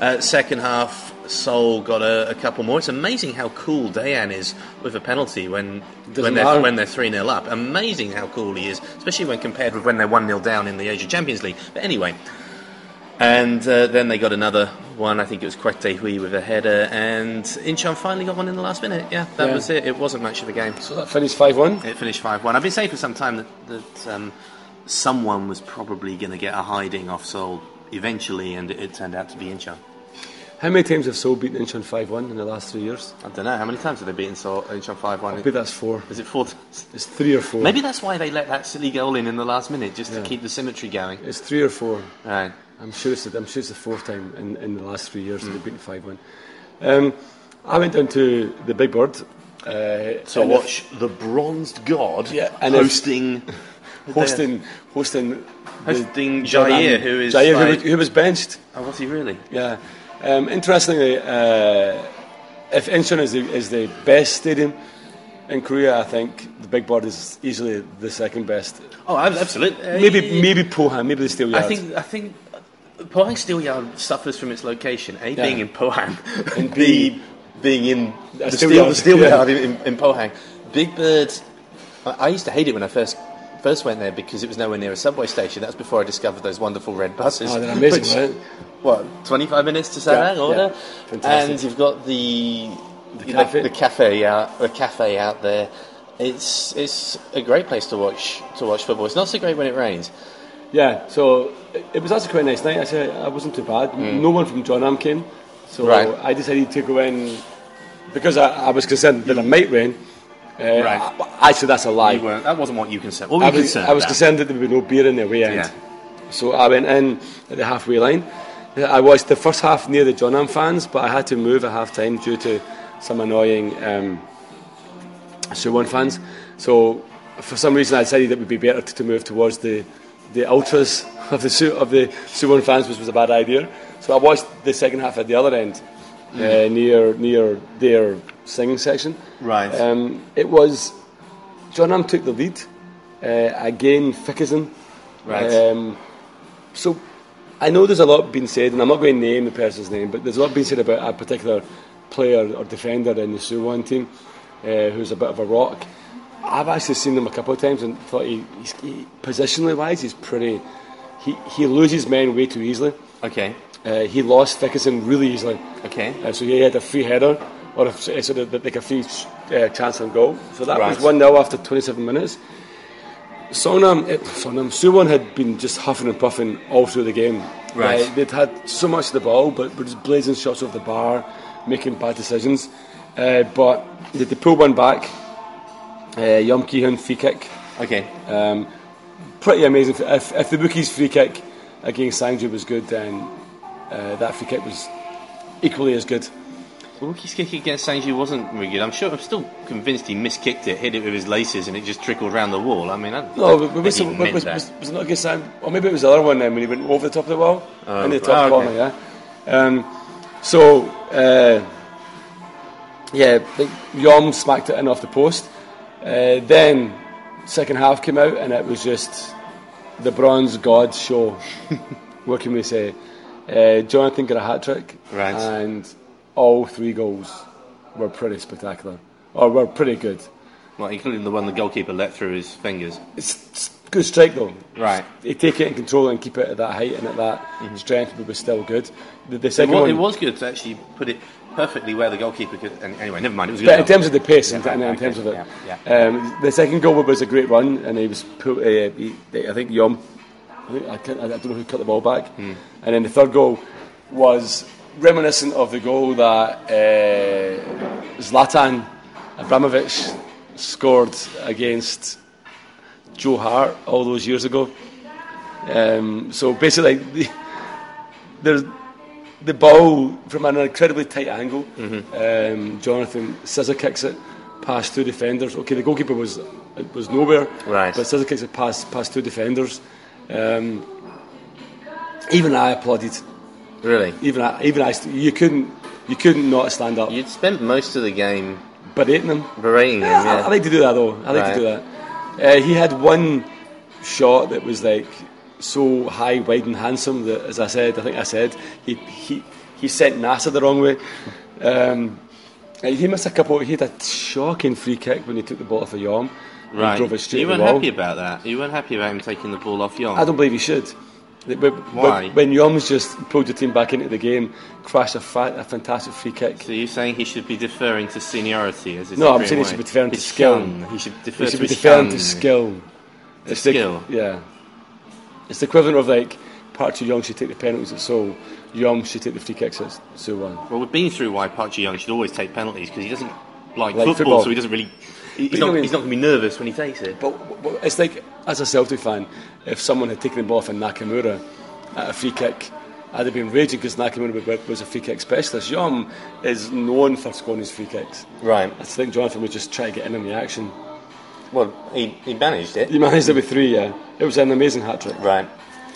S2: Uh, second half, Seoul got a, a couple more. It's amazing how cool Dayan is with a penalty when
S3: Doesn't
S2: when they're,
S3: matter.
S2: when they're 3 0 up. Amazing how cool he is, especially when compared with when they're 1 0 down in the Asia Champions League. But anyway, and uh, then they got another one. I think it was Kwek Te Hui with a header, and Incheon finally got one in the last minute. Yeah, that
S3: Yeah.
S2: was it. It wasn't much of a game.
S3: So that finished 5 1.
S2: It finished 5 1. I've been saying for some time that, that um, someone was probably going to get a hiding off Seoul eventually, and it, it turned out to be Incheon.
S3: How many times have Seoul beaten Incheon 5 1 in the last three years?
S2: I don't know. How many times have they beaten Seoul, Incheon 5
S3: Maybe
S2: 1?
S3: that's four.
S2: Is it four times?
S3: It's three or four.
S2: Maybe that's why they let that silly goal in in the last minute, just
S3: Yeah.
S2: to keep the symmetry going.
S3: It's three or four.
S2: Right.
S3: I'm sure it's the, I'm sure it's the fourth time in, in the last three years that they've beaten 5 1. Um, I went down to the Big Bird. Uh,
S4: So
S3: and
S4: watch the bronzed god
S3: Yeah, and if-
S4: hosting.
S3: if- hosting, hosting,
S2: Hosting
S3: Jordan-
S2: Jair, who is.
S3: Jair, who
S2: like-
S3: was- who was benched.
S2: oh, was he really?
S3: Yeah. Um, interestingly, uh, if Incheon is the, is the best stadium in Korea, I think the Big Bird is easily the second best.
S2: Oh, ab- absolutely. Uh,
S3: Maybe
S2: y-
S3: maybe Pohang, maybe the Steelyards.
S2: I think I think Pohang Steelyard suffers from its location. A being in Pohang, [LAUGHS] and
S3: B,
S2: B being in the
S3: steel
S2: steel,
S3: yard.
S2: the steel
S3: Yeah.
S2: yard in, in, in Pohang. Big Bird. I, I used to hate it when I first. First went there because it was nowhere near a subway station. That's before I discovered those wonderful red buses.
S3: Oh, they're amazing,
S2: which-
S3: right?
S2: What, 25 minutes to Sarang
S3: yeah.
S2: order?
S3: Fantastic.
S2: And you've got the the
S3: cafe.
S2: the cafe out the cafe out there. It's it's a great place to watch to watch football. It's not so great when it rains.
S3: Yeah, so it, it was actually quite a nice night. I said I wasn't too bad. No one from Jonam came, so
S2: Mm. Right.
S3: I decided to go in because I, I was concerned that it might rain. Uh,
S2: Right.
S3: I, actually, that's a lie.
S2: You weren't- that wasn't what you concerned. What were
S3: I
S2: you
S3: was,
S2: concerned
S3: I was
S2: about?
S3: concerned that there would be no beer in the away end.
S2: Yeah.
S3: So I went in at the halfway line. Uh, I watched the first half near the John Am fans, but I had to move at half time due to some annoying um, Suwon fans. So for some reason, I decided it would be better to, to move towards the the ultras of the Su- of the Suwon fans, which was a bad idea. So I watched the second half at the other end, uh, near near their singing section.
S2: Right.
S3: Um, it was John Am took the lead uh, again. Fickerson.
S2: Right.
S3: Um, so I know there's a lot being said, and I'm not going to name the person's name, but there's a lot being said about a particular player or defender in the Suwon team uh, who's a bit of a rock. I've actually seen him a couple of times and thought he, he's, he positionally wise, he's pretty. He, he loses men way too easily.
S2: Okay.
S3: Uh, he lost Fickerson really easily.
S2: Okay.
S3: Uh, so he had a free header, or a, so so that- like a free uh, chance on goal. So that
S2: Right.
S3: was 1 0 after 27 minutes. Sonam, eh, Sonam, Suwon had been just huffing and puffing all through the game.
S2: Right.
S3: Uh, they'd had so much of the ball, but were just blazing shots off the bar, making bad decisions. Uh, but they, they pulled one back, Uh, Yom Kihun free kick.
S2: Okay. Uh,
S3: Um, pretty amazing. If, if the bookie's free kick against Sangju was good, then uh, that free kick was equally as good.
S2: Well, Wookie's kick against Sanju wasn't very good. I'm sure. I'm still convinced he miskicked it, hit it with his laces, and it just trickled round the wall. I mean, I don't
S3: No, but,
S2: think
S3: but was,
S2: he
S3: it, was,
S2: meant
S3: was,
S2: that.
S3: was it not against Sam? Or maybe it was the other one then when he went over the top of the wall in the
S2: ah,
S3: top
S2: okay.
S3: corner. Yeah. Um, so uh, yeah, like Yom smacked it in off the post. Uh, then second half came out and it was just the bronze
S2: [LAUGHS]
S3: god show. what can we say? Uh, Jonathan got a hat trick,
S2: Right.
S3: and all three goals were pretty spectacular, or were pretty good.
S2: well, including the one the goalkeeper let through his fingers.
S3: It's, it's good strike though.
S2: Right. Mm-hmm.
S3: They take it in control and keep it at that height and at that strength, but was still good. The, the
S2: It
S3: second
S2: was,
S3: one,
S2: it was good to actually put it perfectly where the goalkeeper could. And anyway, never mind. It was good.
S3: but in
S2: enough.
S3: terms of the pace and,
S2: Yeah,
S3: and in
S2: okay,
S3: terms of it,
S2: yeah,
S3: Um, the second goal was a great run, and he was pull, uh, he, I think Yom, I, think, I, can't, I don't know who cut the ball back,
S2: Hmm.
S3: and then the third goal was reminiscent of the goal that uh, Zlatan Abramovich scored against Joe Hart all those years ago. Um, so basically, the, there's the ball from an incredibly tight angle. Um, Jonathan scissor kicks it, past two defenders. Okay, the goalkeeper was was nowhere,
S2: Right.
S3: but scissor kicks it past past two defenders. Um, even I applauded.
S2: really,
S3: Even I, even I, st- you couldn't you couldn't not stand up,
S2: you'd spent most of the game
S3: berating him.
S2: berating him.
S3: Yeah, I- I,
S2: Yeah.
S3: like to do that though. I like to do that. Uh, he had one shot that was like so high, wide, and handsome that, as I said, I think I said he he he sent NASA the wrong way. Um, and he missed a couple. He had a shocking free kick when he took the ball off a Yom. and
S2: Right.
S3: drove it straight
S2: you
S3: at
S2: weren't
S3: the wall.
S2: happy about that. You weren't happy about him taking the ball off Yon.
S3: I don't believe he should. Th- but- but
S2: Why?
S3: When Yom's just pulled the team back into the game, crashed a, fa- a fantastic free kick.
S2: So you're saying he should be deferring to seniority as his
S3: No, I'm
S2: supreme
S3: saying he
S2: way?
S3: should be deferring to
S2: His
S3: skill.
S2: shun. He should defer
S3: It
S2: to
S3: should be
S2: his
S3: deferring
S2: shun.
S3: to skill. It's the-
S2: skill.
S3: yeah. It's the equivalent of like Park Chu Young should take the penalties at Seoul, Yom should take the free kicks at Seoul One.
S2: Well, we've been through why Park Ji Young should always take penalties because he doesn't like,
S3: Like
S2: football,
S3: football.
S2: so he doesn't really. he-
S3: you
S2: He's
S3: know
S2: not,
S3: what I
S2: he's not going to be nervous when he takes it.
S3: But w- w- it's like, as a Celtic fan, if someone had taken the ball from Nakamura at a free kick, I'd have been raging because Nakamura w- w- was a free kick specialist. Yom is known for scoring his free kicks.
S2: Right.
S3: I think Jonathan was just trying to get in on the action.
S2: Well, he, he managed it.
S3: He managed it with three, yeah. It was an amazing hat trick.
S2: Right.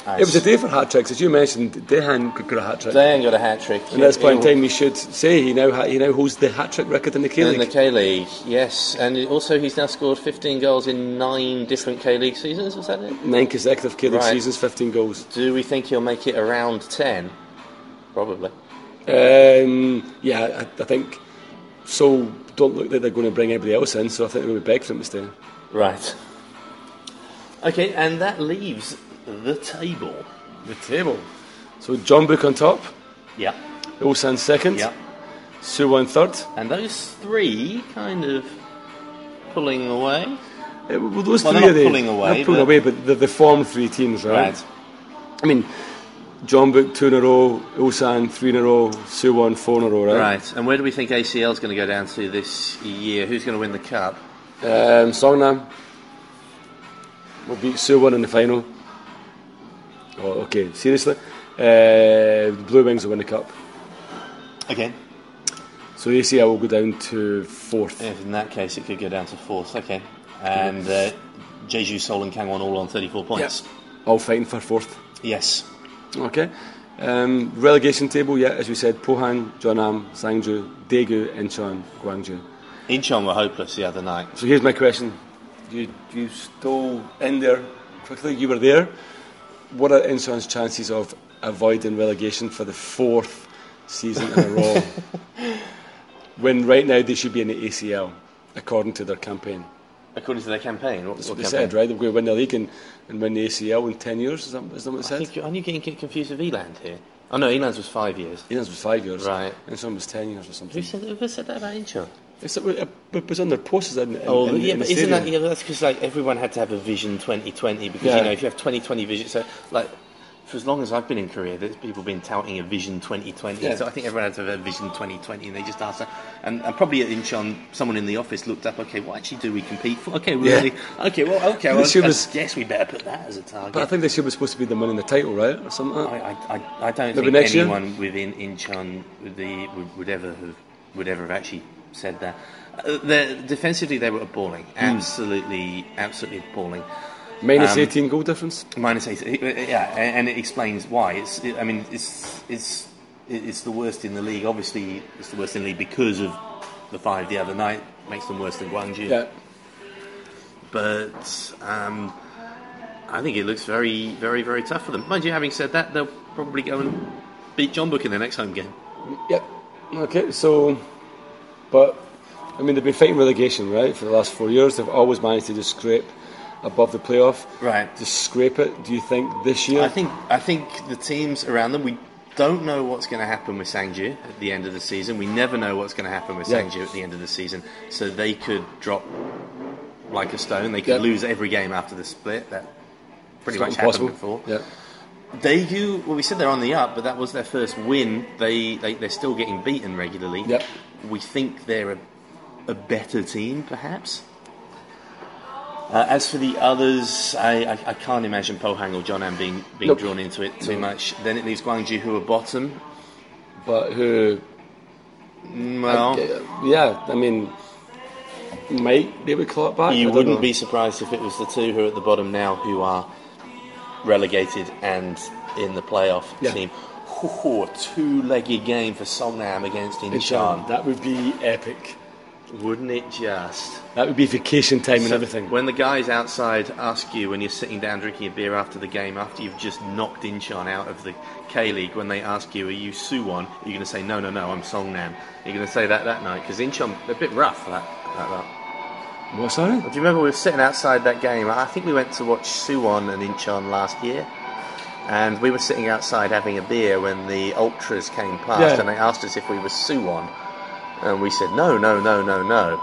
S3: It was a day for hat tricks. As you mentioned, Dehan could get a hat trick.
S2: Dayan got a hat trick.
S3: And at this point in time, we should say he now ha- he now holds the hat trick record in the K
S2: In the
S3: League.
S2: K League, yes, and also he's now scored 15 goals in nine different K League seasons. Is that it?
S3: Nine consecutive K League
S2: Right.
S3: seasons, 15 goals.
S2: Do we think he'll make it around 10? Probably.
S3: Um, yeah, I, I think so. Don't look like they're going to bring anybody else in, so I think they're going to beg for him to stay.
S2: Right. Okay, and that leaves the table.
S3: The table. So John Book on top,
S2: Yeah.
S3: Osan second,
S2: Yeah.
S3: Suwon third.
S2: And those three kind of pulling away.
S3: Uh, well, those
S2: Well,
S3: three
S2: they're
S3: are
S2: not
S3: the,
S2: pulling away,
S3: they're pulling
S2: but-
S3: away, but they're the form three teams, right?
S2: Right.
S3: I mean, John Book two in a row, Osan three in a row, Suwon four in a row, right?
S2: Right. And where do we think ACL's going to go down to this year? Who's going to win the cup?
S3: Um, Songnam will beat Suwon in the final. Oh, okay, seriously. Uh, Blue Wings will win the cup.
S2: Okay.
S3: So ACL will go down to fourth.
S2: If in that case, it could go down to fourth. Okay. And uh, Jeju, Seoul, and Kangwon all on 34 points.
S3: All fighting for fourth.
S2: Yes.
S3: Okay. Um, relegation table, yeah, as we said, Pohan, Jeonnam, Sangju, Daegu, Incheon, Gwangju.
S2: Incheon were hopeless the other night.
S3: So here's my question. You, you stole in there quickly, you were there. What are Incheon's chances of avoiding relegation for the fourth season in a
S2: [LAUGHS]
S3: row? when right now they should be in the ACL, according to their campaign.
S2: According to their campaign, what,
S3: That's
S2: what
S3: what they
S2: campaign?
S3: said, right? They're going to win the league and, and win the ACL in 10 years, is that, is that what it
S2: I
S3: said?
S2: think you- aren't you getting get confused with Eland here? Oh no, Eland's was five years.
S3: Ian's was five years.
S2: Right.
S3: And some was 10 years or
S2: Who
S3: something.
S2: said, who said that about Incheon?
S3: It's, it was on their posters in, in,
S2: Oh,
S3: in,
S2: yeah,
S3: in
S2: but
S3: the
S2: isn't that
S3: stadium.
S2: yeah? That's because like everyone had to have a vision 2020 because
S3: Yeah.
S2: you know if you have 2020 vision, so like for as long as I've been in Korea, there's people been touting a Vision 2020.
S5: Yeah.
S2: So I think everyone has to have a Vision 2020, and they just ask that. And, and probably at Incheon, someone in the office looked up. Okay, what actually do we compete for? Okay, we
S3: Yeah.
S2: really. Okay, well, okay. Well,
S3: She
S2: I
S3: was-
S2: guess we better put that as a target.
S3: But I think this year was supposed to be them winning the title, right, or something. Like that.
S2: I, I, I, I don't
S3: Maybe
S2: think
S3: next year?
S2: anyone within Incheon would, the, would, would ever have would ever have actually said that. Uh, the, defensively, they were appalling.
S3: Hmm.
S2: Absolutely, absolutely appalling.
S3: Minus
S2: Um,
S3: 18 goal difference.
S2: Minus eight, uh, yeah, a- and it explains why. It's, I mean, it's it's it's the worst in the league. Obviously, it's the worst in the league because of the five the other night makes them worse than Guangzhou.
S3: Yeah,
S2: But um, I think it looks very, very, very tough for them. Mind you, having said that, they'll probably go and beat John Book in their next home game.
S3: Yep. Okay, so, but I mean, they've been fighting relegation, right, for the last four years. They've always managed to just scrape above the playoff.
S2: Right.
S3: Just scrape it. Do you think this year?
S2: I think I think the teams around them. We don't know what's going to happen with Sangju at the end of the season. We never know what's going to happen with
S3: Yeah.
S2: Sangju at the end of the season. So they could drop like a stone. They could
S3: Yeah.
S2: lose every game after the split. That pretty
S3: it's
S2: much
S3: not impossible.
S2: happened before.
S3: Yeah.
S2: Daegu, well, we said they're on the up, but that was their first win. They, they they're still getting beaten regularly.
S3: Yep.
S2: We think they're a, a better team, perhaps. Uh, as for the others, I, I, I can't imagine Pohang or Jonam being being
S3: Nope.
S2: drawn into it too much. Then it leaves Guangzhou, who are bottom.
S3: But who? uh,
S2: Well,
S3: Yeah, I mean, might they would claw it back? I
S2: you
S3: don't
S2: wouldn't
S3: know.
S2: be surprised if it was the two who are at the bottom now who are relegated and in the playoff
S3: Yeah.
S2: team. Hoo-hoo, a two-legged game for Songnam against
S3: um,
S2: Incheon.
S3: That would be epic.
S2: Wouldn't it just?
S3: That would be vacation time and everything.
S2: When the guys outside ask you when you're sitting down drinking a beer after the game, after you've just knocked Incheon out of the K League, when they ask you, "Are you Suwon?" You're going to say, "No, no, no, I'm Songnam." You're going to say that that night because Incheon they're a bit rough that, that lot.
S3: What, sorry?
S2: Do you remember we were sitting outside that game? I think we went to watch Suwon and Incheon last year. And we were sitting outside having a beer when the ultras came past,
S3: Yeah.
S2: and they asked us if we were Suwon, and we said no, no, no, no, no.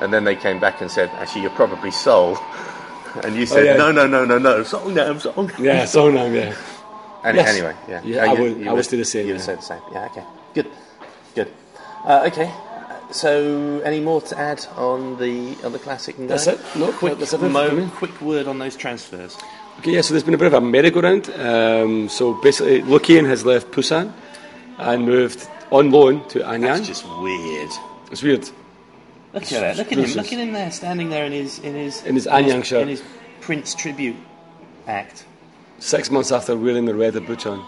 S2: And then they came back and said, actually, you're probably Seoul. [LAUGHS] And you said,
S3: Oh, yeah.
S2: no, no, no, no, no, Seoul, no, Seoul.
S3: Yeah, so now, yeah.
S2: And
S3: Yes.
S2: anyway, yeah,
S3: Yeah,
S2: Oh,
S3: I would- I would do the same,
S2: You would
S3: yeah.
S2: say the same. Yeah, okay, good, good. Uh, okay, so any more to add on the on the classic? No?
S3: That's it. No,
S2: quick,
S3: that's everything
S2: mo-
S3: for me.
S2: quick word on those transfers.
S3: Okay, yeah, so there's been a bit of a merry-go-round. Um, so basically, Lukien has left Busan and moved on loan to Anyang.
S5: It's just weird.
S3: it's weird.
S2: Look at that! Look at him!
S3: Bruce's.
S2: Look at him there, standing there in his in his
S3: In his Anyang shirt.
S2: in his Prince tribute act.
S3: Six months after winning the red at Busan.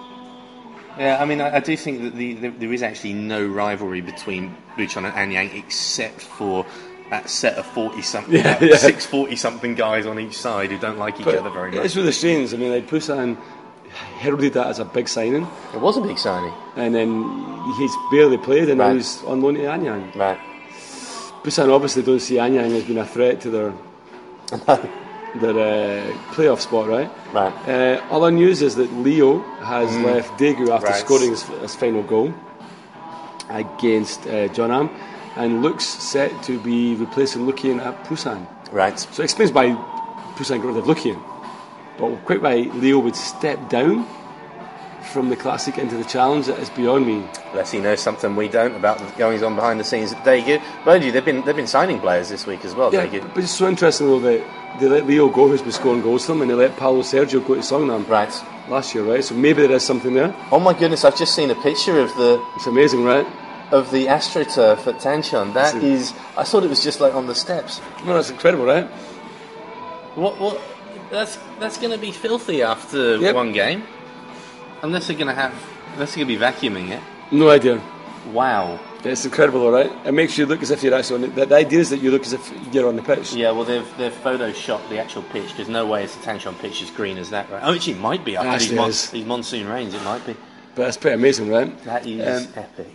S2: Yeah, I mean, I, I do think that the, the, there is actually no rivalry between Buchan and Anyang except for that set of forty something,
S3: Yeah, yeah.
S2: six forty something guys on each side who don't like each other very much.
S3: It's really strange. I mean, like Busan heralded that as a big signing,
S2: It was a big signing,
S3: and then he's barely played, and now
S2: Right.
S3: he's on loan to Anyang.
S2: right?
S3: Busan obviously don't see Anyang as being a threat to
S2: [LAUGHS]
S3: their their uh, playoff spot, right?
S2: Right.
S3: Uh, other news is that Leo has left Daegu after
S2: Right.
S3: scoring his, his final goal against uh, Jonam, and looks set to be replacing Lukian at Busan.
S2: Right.
S3: So it explains why Busan got rid of Lukian, but quite why Leo would step down from the classic into the challenge. That is beyond me.
S2: Unless he knows something we don't about the goings on behind the scenes at Daegu. Mind you, they've been they've been signing players this week as well.
S3: Yeah,
S2: Daegu.
S3: but it's so interesting though that they let Leo go, who's been scoring goals for them, and they let Paolo Sergio go to Songnam
S2: Right.
S3: last year, right? So maybe there is something there.
S2: Oh my goodness! I've just seen a picture of the
S3: It's amazing, right?
S2: of the AstroTurf at Tanchon. That
S3: See.
S2: is, I thought it was just like on the steps.
S3: No, that's incredible, right?
S2: What? What? That's that's going to be filthy after
S3: Yep.
S2: one game, unless they're going to have, unless they're going to be vacuuming it.
S3: No idea.
S2: Wow.
S3: It's incredible, all right? It makes you look as if you're actually on it. The, the idea is that you look as if you're on the pitch.
S2: Yeah. Well, they've they've photoshopped the actual pitch. There's no way it's a Tanchon pitch as green as that, right? Oh, actually, it might be after these,
S3: Actually
S2: mon-
S3: is.
S2: these monsoon rains. It might be.
S3: But that's pretty amazing, right?
S2: That is
S3: Um,
S2: epic.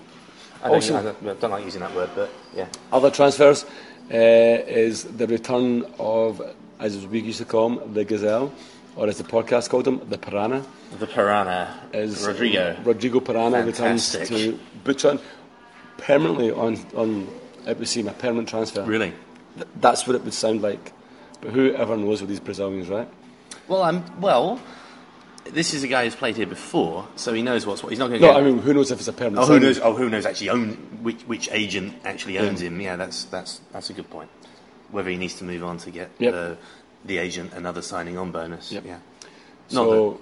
S2: I don't,
S3: also-
S2: I don't, I don't like using that word, but yeah.
S3: Other transfers uh, is the return of, as we used to call him, the Gazelle, or as the podcast called him, the Piranha.
S2: The Piranha
S3: Is
S2: Rodrigo.
S3: Rodrigo Piranha
S2: Fantastic.
S3: returns to Buchan permanently on, on, it would seem, a permanent transfer.
S2: really?
S3: Th- That's what it would sound like. But who ever knows with these Brazilians, right?
S2: Well, I'm well.
S6: This is a guy who's played here before, so he knows what's what. He's not going to
S3: No,
S6: go.
S3: I mean, who knows if it's a permanent
S6: oh, who
S3: signing.
S6: knows? Oh, who knows? Actually, own which which agent actually owns him? Yeah, that's that's that's a good point. Whether he needs to move on to get
S3: Yep.
S6: the, the agent another signing on bonus.
S3: Yep.
S6: Yeah. Not that-
S3: So,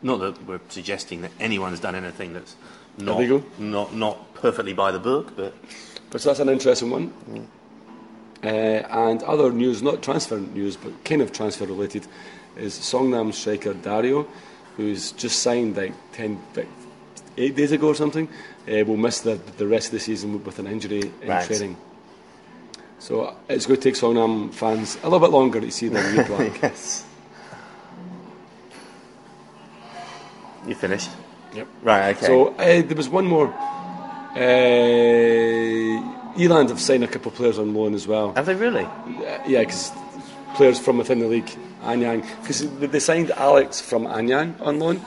S6: Not that we're suggesting that anyone's done anything that's not
S3: Illegal?
S6: not not perfectly by the book,
S3: [LAUGHS]
S6: but
S3: but so that's an interesting one. Uh, and other news, not transfer news, but kind of transfer related, is Songnam striker Dario, who's just signed like 10, like eight days ago or something, uh, will miss the, the rest of the season with an injury in
S2: Right.
S3: training. So it's going to take Songnam fans a little bit longer to see their new black.
S2: Yes. You finished?
S3: Yep.
S2: Right, okay.
S3: So uh, there was one more. Uh, Eland have signed a couple of players on loan as well.
S2: Have they really?
S3: Uh, yeah, because players from within the league, Anyang. Because they signed Alex from Anyang on loan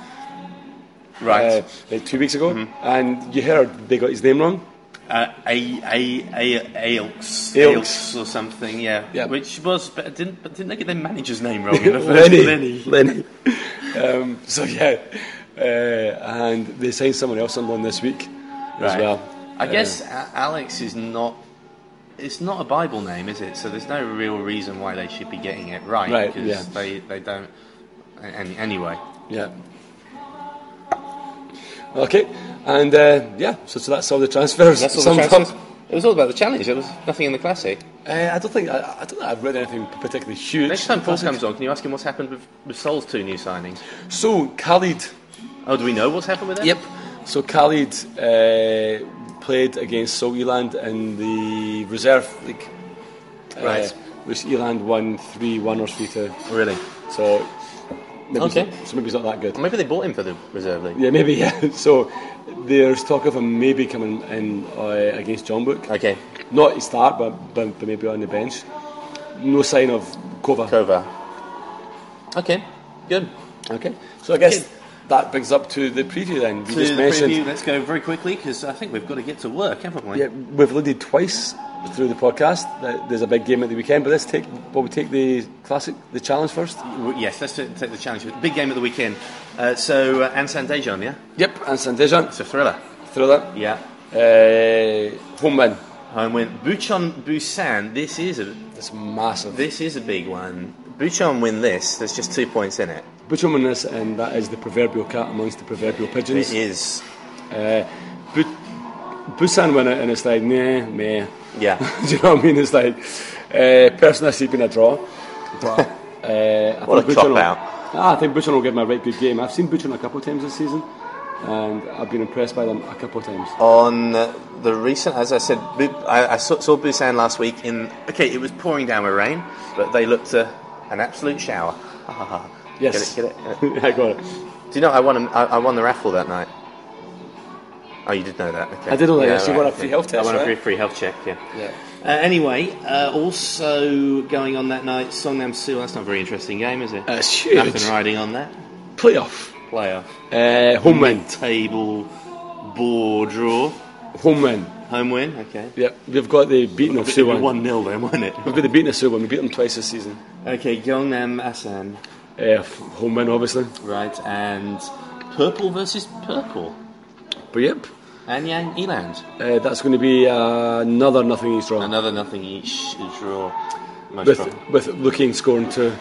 S2: Right.
S3: uh, like two weeks ago, and you heard they got his name wrong.
S2: Uh, a, a, a, Ailks,
S3: Ailks.
S2: Ailks or something, yeah.
S3: Yeah.
S2: Which was, but didn't, but didn't they get their manager's name wrong
S3: [LAUGHS]
S2: in the first Lenny.
S3: Lenny. Lenny. um, so yeah, uh, and they signed someone else on loan this week as
S2: Right.
S3: well.
S2: I guess A- Alex is not. It's not a Bible name, is it? So there's no real reason why they should be getting it right.
S3: Right,
S2: Because
S3: yeah.
S2: they, they don't. Any, anyway.
S3: Yeah. Okay, and uh, yeah, so, so that's all the transfers. Summed up.
S2: It was all about the challenge. It was nothing in the classic.
S3: Uh, I don't think I, I don't think I've read anything particularly huge.
S2: Next time Paul comes on, can you ask him what's happened with, with Sol's two new signings?
S3: So Khalid,
S2: Oh, do we know what's happened with them?
S3: So Khalid uh, played against Soiland in the reserve league, uh,
S2: Right.
S3: Which Eland won three one or three two.
S2: Really?
S3: So maybe he's
S2: Okay.
S3: not- so maybe he's not that good.
S2: Maybe they bought him for the reserve league.
S3: Yeah, maybe [LAUGHS] yeah. So there's talk of him maybe coming in uh, against John Book.
S2: Okay.
S3: Not to start, but, but, but maybe on the bench. No sign of Kova.
S2: Kova. Okay. Good.
S3: Okay. So I guess that brings up to the preview then. We
S2: To
S3: just
S2: the
S3: mentioned.
S2: preview, let's go very quickly because I think we've got to get to work, haven't we?
S3: Yeah, we've alluded twice through the podcast that there's a big game at the weekend, but let's take well, we take the classic, the challenge first.
S2: W- Yes, let's t- take the challenge. Big game of the weekend. Uh, so, uh, Ansan Dejan, yeah?
S3: Yep, and Saint Dejan
S2: It's a thriller.
S3: through that.
S2: Yeah.
S3: Uh, home win.
S2: Home win. Buchon Busan, this is a
S3: That's massive.
S2: this is a big one. Buchon win this, there's just two points in it.
S3: Butchum won this, and that is the proverbial cat amongst the proverbial pigeons.
S2: It is.
S3: Uh, but Busan win it, and it's like nah, meh.
S2: Yeah. [LAUGHS]
S3: [LAUGHS] Do you know what I mean? It's like uh, personally, I see it being a draw. But [LAUGHS] uh, I
S2: What a
S3: think Buchan will-
S2: cop-out.
S3: Ah, I think Buchan will give him a right good game. I've seen Buchan a couple of times this season, and I've been impressed by them a couple of times. [LAUGHS]
S2: on the recent, as I said, Bu- I, I saw, saw Busan last week in. Okay, it was pouring down with rain, but they looked uh, an absolute shower.
S3: Yes,
S2: Get it, get it, get it.
S3: I got it.
S2: Do you know I won? A, I, I won the raffle that night. Oh, you did know that. Okay.
S3: I did know that, yes, you won a free health
S2: I
S3: test,
S2: won a
S3: right?
S2: free, free health check. Yeah.
S3: Yeah.
S2: Uh, anyway, uh, also going on that night, Songnam Soo. That's not a very interesting game, is it?
S3: That's huge.
S2: Nothing riding on that
S3: Playoff.
S2: playoff
S3: Uh, home win.
S2: table ball draw.
S3: Home win.
S2: Home win, okay.
S3: Yep. We've got the beating of Suwon.
S2: 1 0 then, wasn't it?
S3: We've got the beating of Suwon. We beat them twice this season.
S2: [LAUGHS] Okay, Gyeongnam Asan,
S3: Uh, f- home win, obviously.
S2: right, and Purple versus Purple.
S3: But yep,
S2: Anyang Eland.
S3: uh, that's going to be uh, another nothing each draw.
S2: Another nothing each draw. Most [LAUGHS]
S3: with
S2: probably.
S3: with looking scoring two.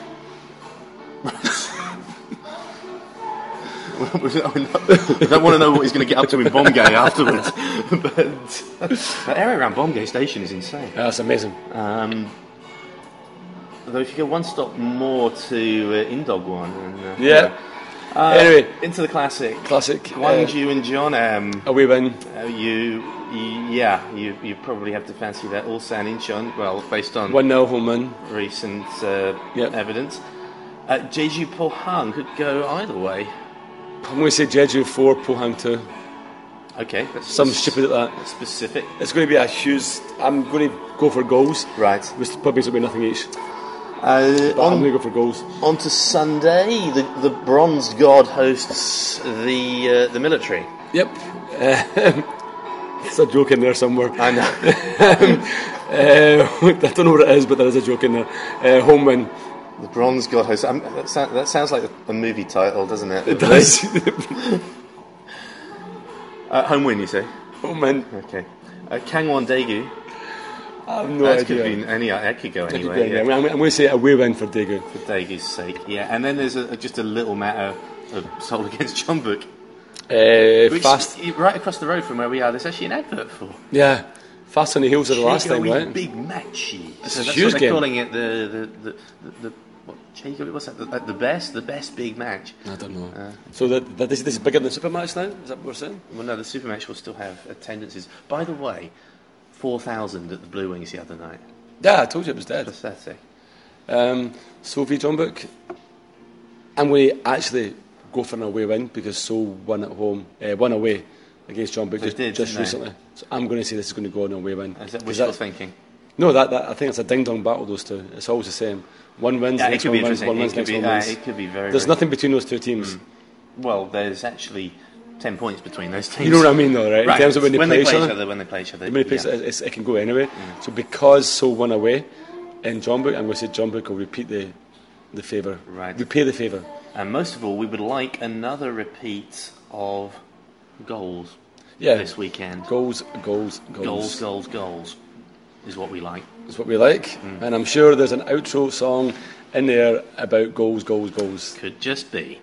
S2: I don't want to know what he's going to get up to in Bombay [LAUGHS] afterwards. but [LAUGHS] the area around Bombay Station is insane.
S3: That's amazing.
S2: Um, though if you go one stop more to uh, Indog one. And, uh,
S3: Yeah.
S2: Uh,
S3: Anyway.
S2: Into the classic.
S3: Classic. Uh,
S2: Wangju and John M.
S3: away win.
S2: Uh, you, y- yeah, you, you probably have to fancy that all San Incheon, well, based on
S3: One 0 home win.
S2: recent uh,
S3: Yep.
S2: evidence. Uh, Jeju Pohang could go either way.
S3: I'm going to say Jeju four, Pohang two.
S2: Okay, that's
S3: Some
S2: that's
S3: stupid like that.
S2: specific.
S3: It's going to be a huge. I'm going to go for goals.
S2: Right.
S3: Which probably going to be nothing each.
S2: Uh,
S3: But I'm
S2: on,
S3: going to go for goals.
S2: on to Sunday, the, the bronzed god hosts the uh, the military.
S3: [LAUGHS] Yep. Uh, it's a joke in there somewhere. [LAUGHS]
S2: I know. [LAUGHS]
S3: Uh, I don't know what it is, but there is a joke in there. Uh, home win.
S2: The Bronze God Host. Um, that, sound, that sounds like a movie title, doesn't it? It
S3: [LAUGHS]
S2: Uh, home win, you say?
S3: oh man,
S2: Okay. Uh, Kangwon Daegu.
S3: I have no
S2: that could
S3: idea.
S2: be any. uh, That could go anywhere. yeah.
S3: Yeah, I'm, I'm going to say a away win for Daegu.
S2: For Daegu's sake, yeah. And then there's a, a- just a little matter of Seoul [LAUGHS] against Chumbuk.
S3: Uh,
S2: Which,
S3: fast,
S2: Right across the road from where we are, there's actually an advert for.
S3: yeah, fast on the heels of the last thing,
S2: Chigo-y
S3: right?
S2: Big matchy.
S3: It's
S2: So
S3: a
S2: that's
S3: huge
S2: what they're
S3: game.
S2: calling it. The the the, the, the what, Chigo, what's that? The, like the best, the best big match.
S3: I don't know.
S2: Uh.
S3: so that, that this, this is bigger than super match now. Is that what we're saying?
S2: Well, no, the super match will still have attendances. By the way, four thousand at the Blue Wings the other night.
S3: Yeah, I told you it was dead.
S2: Pathetic.
S3: Um, Sophie Johnbook, I'm going to actually go for an away win because Seoul won at home, uh, won away against Johnbook just,
S2: did,
S3: just
S2: didn't they?
S3: recently. So I'm going to say this is going to go on an away win.
S2: Is that
S3: 'Cause
S2: wishful thinking?
S3: No, that, that I think it's a ding dong battle. Those two, it's always the same. One wins,
S2: Yeah, it
S3: the next
S2: could
S3: one
S2: be
S3: wins,
S2: interesting.
S3: one
S2: It
S3: wins,
S2: could
S3: next
S2: be,
S3: one
S2: uh,
S3: wins.
S2: it could be Mm. very.
S3: There's
S2: very-
S3: nothing between those two teams.
S2: Well, there's actually ten points between those teams.
S3: You know what I mean, though, right? In terms of when they play each other.
S2: when they play each other.
S3: How many places
S2: yeah.
S3: it- it's, it can go anyway.
S2: Mm.
S3: So because Seoul won away in John Book, I'm going to say John Book will repeat the the favour.
S2: Right.
S3: Repay the favour.
S2: And most of all, we would like another repeat of goals
S3: Yeah.
S2: this weekend.
S3: Goals, goals, goals.
S2: Goals, goals, goals is what we like.
S3: Is what we like.
S2: Mm.
S3: And I'm sure there's an outro song in there about goals, goals, goals.
S2: Could just be.